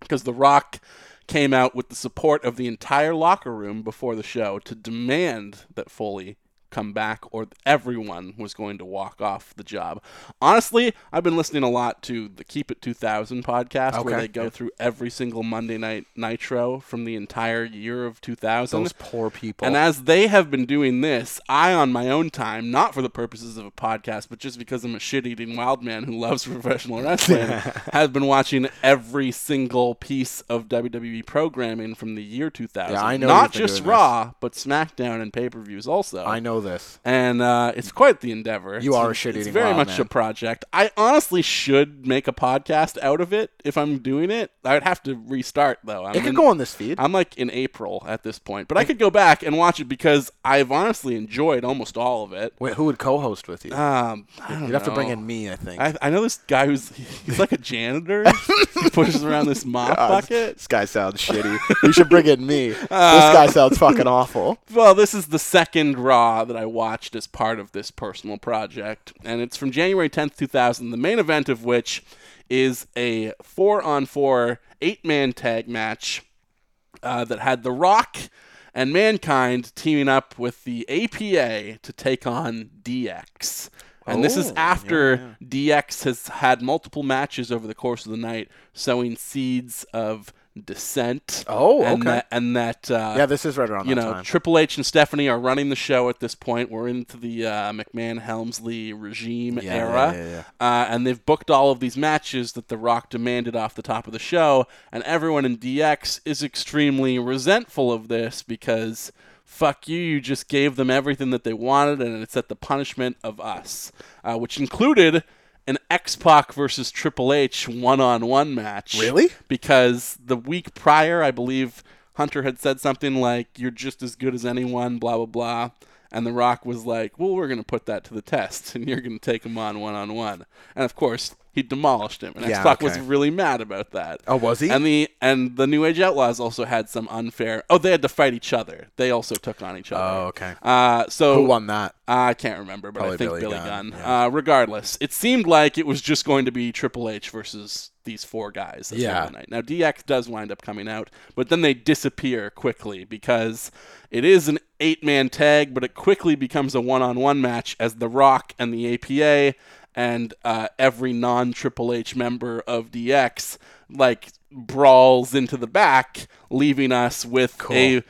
Speaker 4: because The Rock came out with the support of the entire locker room before the show to demand that Foley come back or everyone was going to walk off the job. Honestly, I've been listening a lot to the Keep It 2000 podcast where
Speaker 5: Okay.
Speaker 4: they go through every single Monday night Nitro from the entire year of 2000.
Speaker 5: Those poor people.
Speaker 4: And as they have been doing this, I, on my own time, not for the purposes of a podcast, but just because I'm a shit eating wild man who loves professional wrestling, has been watching every single piece of WWE programming from the year 2000.
Speaker 5: Yeah, I know
Speaker 4: Not
Speaker 5: you've been
Speaker 4: just
Speaker 5: doing this.
Speaker 4: Raw, but SmackDown and pay per views also.
Speaker 5: I know know this.
Speaker 4: and uh, it's quite the endeavor.
Speaker 5: You
Speaker 4: It's-
Speaker 5: are a shit-eating
Speaker 4: It's very
Speaker 5: wild
Speaker 4: much
Speaker 5: man.
Speaker 4: a project. I honestly should make a podcast out of it if I'm doing it. I would have to restart though. I'm
Speaker 5: It could
Speaker 4: in-
Speaker 5: go on this feed.
Speaker 4: I'm like in April at this point, but I could go back and watch it because I've honestly enjoyed almost all of it.
Speaker 5: Wait, who would co-host with you?
Speaker 4: Um, I don't
Speaker 5: You'd have to bring
Speaker 4: know.
Speaker 5: in me, I think.
Speaker 4: I, I know this guy who's he's like a janitor. he pushes around this mop
Speaker 5: God,
Speaker 4: bucket.
Speaker 5: Uh, This guy sounds shitty. You should bring in me. this guy sounds fucking awful.
Speaker 4: Well, this is the second Raw that I watched as part of this personal project, and it's from January 10th, 2000, the main event of which is a four on four, eight man tag match uh, that had The Rock and Mankind teaming up with the APA to take on DX. And this
Speaker 5: Oh,
Speaker 4: is after DX has had multiple matches over the course of the night, sowing seeds of dissent.
Speaker 5: Oh,
Speaker 4: and
Speaker 5: okay.
Speaker 4: That, and that uh,
Speaker 5: Yeah, this is right around
Speaker 4: you
Speaker 5: that
Speaker 4: know,
Speaker 5: time.
Speaker 4: Triple H and Stephanie are running the show at this point. We're into the uh, McMahon Helmsley regime
Speaker 5: Yeah,
Speaker 4: era.
Speaker 5: yeah, yeah,
Speaker 4: Uh, and they've booked all of these matches that The Rock demanded off the top of the show. And everyone in DX is extremely resentful of this because fuck you, you just gave them everything that they wanted, and it's at the punishment of us, uh, which included. An X Pac versus Triple H one on one match
Speaker 5: Really?
Speaker 4: because the week prior, I believe Hunter had said something like, "You're just as good as anyone," blah blah blah, and The Rock was like, "Well, we're gonna put that to the test, and you're gonna take him on one on one," and of course he demolished him, and X
Speaker 5: Yeah,
Speaker 4: Pac was
Speaker 5: okay.
Speaker 4: really mad about that.
Speaker 5: Oh, was he?
Speaker 4: And the and the New Age Outlaws also had some unfair. Oh, they had to fight each other. They also took on each other.
Speaker 5: Oh, okay.
Speaker 4: Uh, so
Speaker 5: Who won that?
Speaker 4: I can't remember, but
Speaker 5: Probably
Speaker 4: I think
Speaker 5: Billy
Speaker 4: Billy,
Speaker 5: Gunn,
Speaker 4: Gunn.
Speaker 5: yeah.
Speaker 4: Uh, regardless, it seemed like it was just going to be Triple H versus these four guys. at the end
Speaker 5: Yeah.
Speaker 4: of the Night. Now DX does wind up coming out, but then they disappear quickly because it is an eight-man tag, but it quickly becomes a one-on-one match as The Rock and the APA and uh, every non-Triple H member of DX like brawls into the back, leaving us with a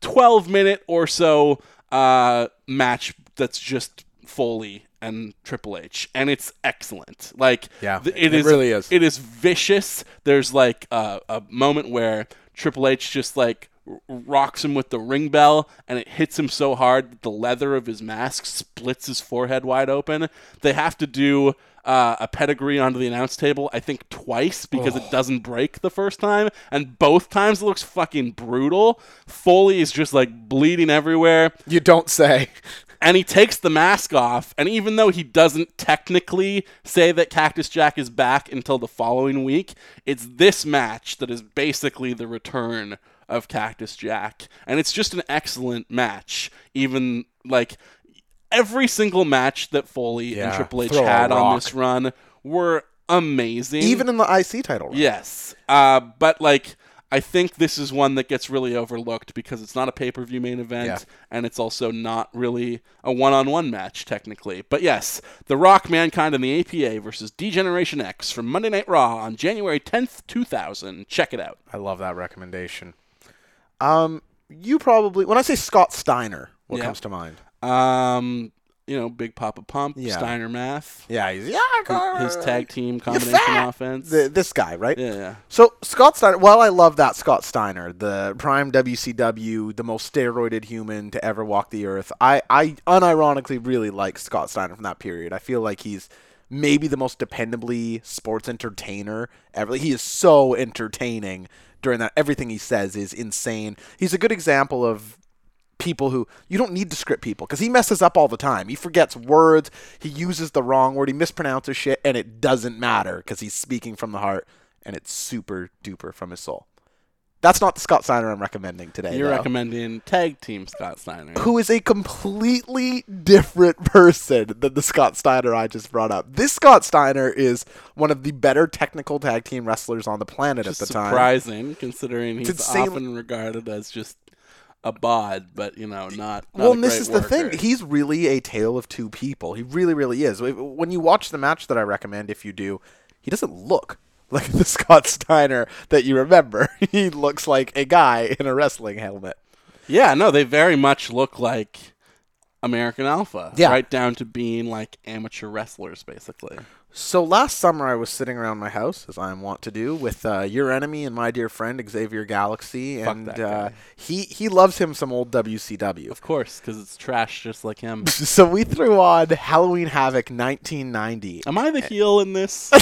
Speaker 4: 12 minute or so uh, match that's just Foley and Triple H, and it's excellent. Like,
Speaker 5: Yeah,
Speaker 4: th-
Speaker 5: it really is.
Speaker 4: It is vicious. There's like a, a moment where Triple H just like r- rocks him with the ring bell, and it hits him so hard that the leather of his mask splits his forehead wide open. They have to do. Uh, a pedigree onto the announce table, I think twice because it doesn't break the first time, and both times it looks fucking brutal. Foley is just like bleeding everywhere
Speaker 5: You don't say.
Speaker 4: and he takes the mask off. And even though he doesn't technically say that Cactus Jack is back until the following week, it's this match that is basically the return of Cactus Jack. And it's just an excellent match. Even like every single match that Foley and
Speaker 5: Yeah,
Speaker 4: Triple H
Speaker 5: throw a
Speaker 4: had on
Speaker 5: rock.
Speaker 4: this run were amazing.
Speaker 5: Even in the IC title. round.
Speaker 4: Yes. Uh, but like I think this is one that gets really overlooked because it's not a pay-per-view main event
Speaker 5: Yeah.
Speaker 4: and it's also not really a one-on-one match technically. But yes, The Rock, Mankind and the APA versus D-Generation X from Monday Night Raw on January 10th, 2000. Check it out.
Speaker 5: I love that recommendation. Um, you probably when I say Scott Steiner, what
Speaker 4: Yeah.
Speaker 5: comes to mind?
Speaker 4: Um, you know, Big Papa Pump,
Speaker 5: Yeah.
Speaker 4: Steiner Math,
Speaker 5: Yeah, he's yeah,
Speaker 4: his
Speaker 5: girl.
Speaker 4: tag team
Speaker 5: You're
Speaker 4: combination
Speaker 5: fat!
Speaker 4: offense.
Speaker 5: The- this guy, right?
Speaker 4: yeah, yeah.
Speaker 5: So Scott Steiner, while I love that Scott Steiner, the prime WCW, the most steroided human to ever walk the earth, I, I unironically really like Scott Steiner from that period. I feel like he's maybe the most dependably sports entertainer ever. He is so entertaining during that. Everything he says is insane. He's a good example of people who you don't need to script people because he messes up all the time. He forgets words, he uses the wrong word, he mispronounces shit, and it doesn't matter because he's speaking from the heart and it's super duper from his soul. That's not the Scott Steiner I'm recommending today.
Speaker 4: You're
Speaker 5: though,
Speaker 4: recommending tag team Scott Steiner.
Speaker 5: Who is a completely different person than the Scott Steiner I just brought up? This Scott Steiner is one of the better technical tag team wrestlers on the planet
Speaker 4: Just
Speaker 5: at the time.
Speaker 4: surprising considering he's
Speaker 5: insane-
Speaker 4: often regarded as just a bod, but you know, not. not
Speaker 5: Well,
Speaker 4: a
Speaker 5: and this
Speaker 4: great
Speaker 5: is the
Speaker 4: worker.
Speaker 5: thing. He's really a tale of two people. He really, really is. When you watch the match that I recommend, if you do, he doesn't look like the Scott Steiner that you remember. he looks like a guy in a wrestling helmet.
Speaker 4: yeah, no, they very much look like American Alpha,
Speaker 5: Yeah.
Speaker 4: right down to being like amateur wrestlers, basically.
Speaker 5: So last summer, I was sitting around my house, as I am wont to do, with uh, your enemy and my dear friend Xavier Galaxy,
Speaker 4: Fuck
Speaker 5: and
Speaker 4: that
Speaker 5: uh,
Speaker 4: guy.
Speaker 5: he he loves him some old WCW.
Speaker 4: Of course, because it's trash just like him.
Speaker 5: So we threw on Halloween Havoc 1990.
Speaker 4: Am I the heel in this? I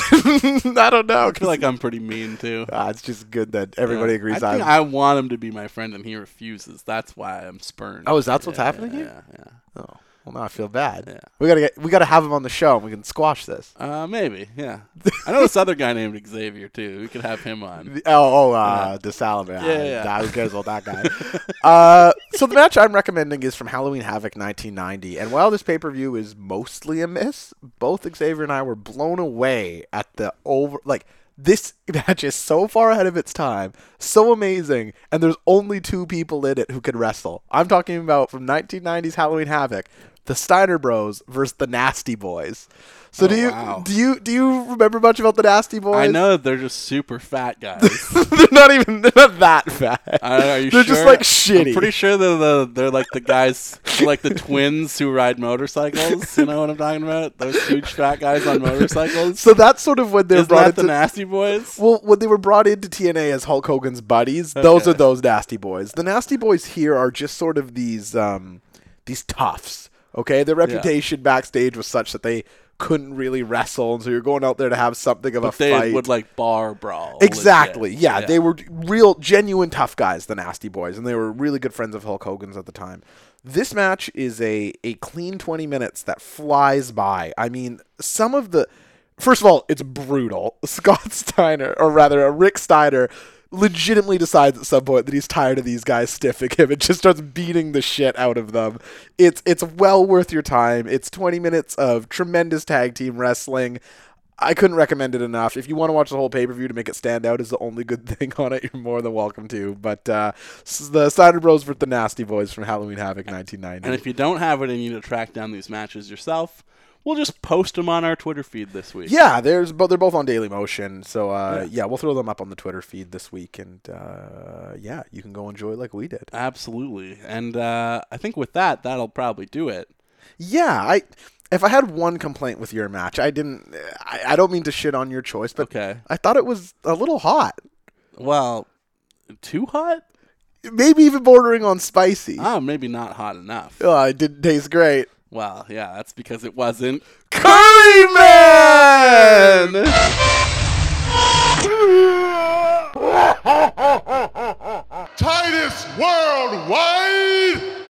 Speaker 5: I don't know.
Speaker 4: feel like I'm pretty mean too.
Speaker 5: Ah, it's just good that everybody
Speaker 4: Yeah.
Speaker 5: agrees.
Speaker 4: I,
Speaker 5: I'm,
Speaker 4: think I want him to be my friend, and he refuses. That's why I'm spurned.
Speaker 5: Oh, is that what's
Speaker 4: Yeah,
Speaker 5: happening
Speaker 4: yeah,
Speaker 5: here?
Speaker 4: Yeah,
Speaker 5: Oh, well, now I feel bad.
Speaker 4: Yeah.
Speaker 5: We gotta get, we gotta have him on the show, and we can squash this.
Speaker 4: yeah. Uh, maybe. Yeah. I know this other guy named Xavier too. We could have him on.
Speaker 5: The- Oh, oh, uh, the Salomon.
Speaker 4: Yeah, yeah.
Speaker 5: Ah, Who cares about that guy? uh, so the match I'm recommending is from Halloween Havoc 1990. And while this pay per view is mostly a miss, both Xavier and I were blown away at the over. Like this match is so far ahead of its time, so amazing, and there's only two people in it who could wrestle. I'm talking about from 1990's Halloween Havoc. The Steiner Bros versus the Nasty Boys. So do you
Speaker 4: Oh, wow.
Speaker 5: do you do you remember much about the Nasty Boys?
Speaker 4: I know that they're just super fat guys.
Speaker 5: they're not even they're not that fat.
Speaker 4: I- are you
Speaker 5: they're
Speaker 4: sure?
Speaker 5: just like
Speaker 4: I'm
Speaker 5: shitty.
Speaker 4: pretty sure they're the they're like the guys like the twins who ride motorcycles. You know what I'm talking about? Those huge fat guys on motorcycles.
Speaker 5: so that's sort of when they're
Speaker 4: Isn't
Speaker 5: brought
Speaker 4: that
Speaker 5: into
Speaker 4: the nasty boys?
Speaker 5: well when they were brought into TNA as Hulk Hogan's buddies. Those
Speaker 4: Okay.
Speaker 5: are those nasty boys. The nasty boys here are just sort of these um these toughs. Okay, their reputation backstage was such that they couldn't really wrestle, and so you're going out there to have something of a
Speaker 4: But they
Speaker 5: fight.
Speaker 4: would like bar brawl. legit.
Speaker 5: Exactly. Yeah, they were real, genuine tough guys, the Nasty Boys, and they were really good friends of Hulk Hogan's at the time. This match is a a clean twenty minutes that flies by. I mean, some of the first of all, it's brutal. Scott Steiner, or rather, uh, Rick Steiner. Legitimately decides at some point that he's tired of these guys stiffing him and just starts beating the shit out of them. It's it's well worth your time. It's 20 minutes of tremendous tag team wrestling. I couldn't recommend it enough. If you want to watch the whole pay per view to make it stand out, is the only good thing on it. You're more than welcome to. But uh, s- the Steiner Bros versus the Nasty Boys from Halloween Havoc
Speaker 4: And
Speaker 5: 1990.
Speaker 4: if you don't have it and you need to track down these matches yourself, we'll just post them on our Twitter feed this week.
Speaker 5: Yeah, there's but they're both on Daily Motion. So uh, yeah. we'll throw them up on the Twitter feed this week, and uh, yeah, you can go enjoy like we did.
Speaker 4: Absolutely. And uh, I think with that, that'll probably do it.
Speaker 5: Yeah, I. If I had one complaint with your match, I didn't. I, I don't mean to shit on your choice, but
Speaker 4: Okay.
Speaker 5: I thought it was a little hot,
Speaker 4: Well, too hot?
Speaker 5: maybe even bordering on spicy.
Speaker 4: Ah, maybe not hot enough.
Speaker 5: Oh, it didn't taste great.
Speaker 4: Well, yeah, that's because it wasn't.
Speaker 5: Curry Man!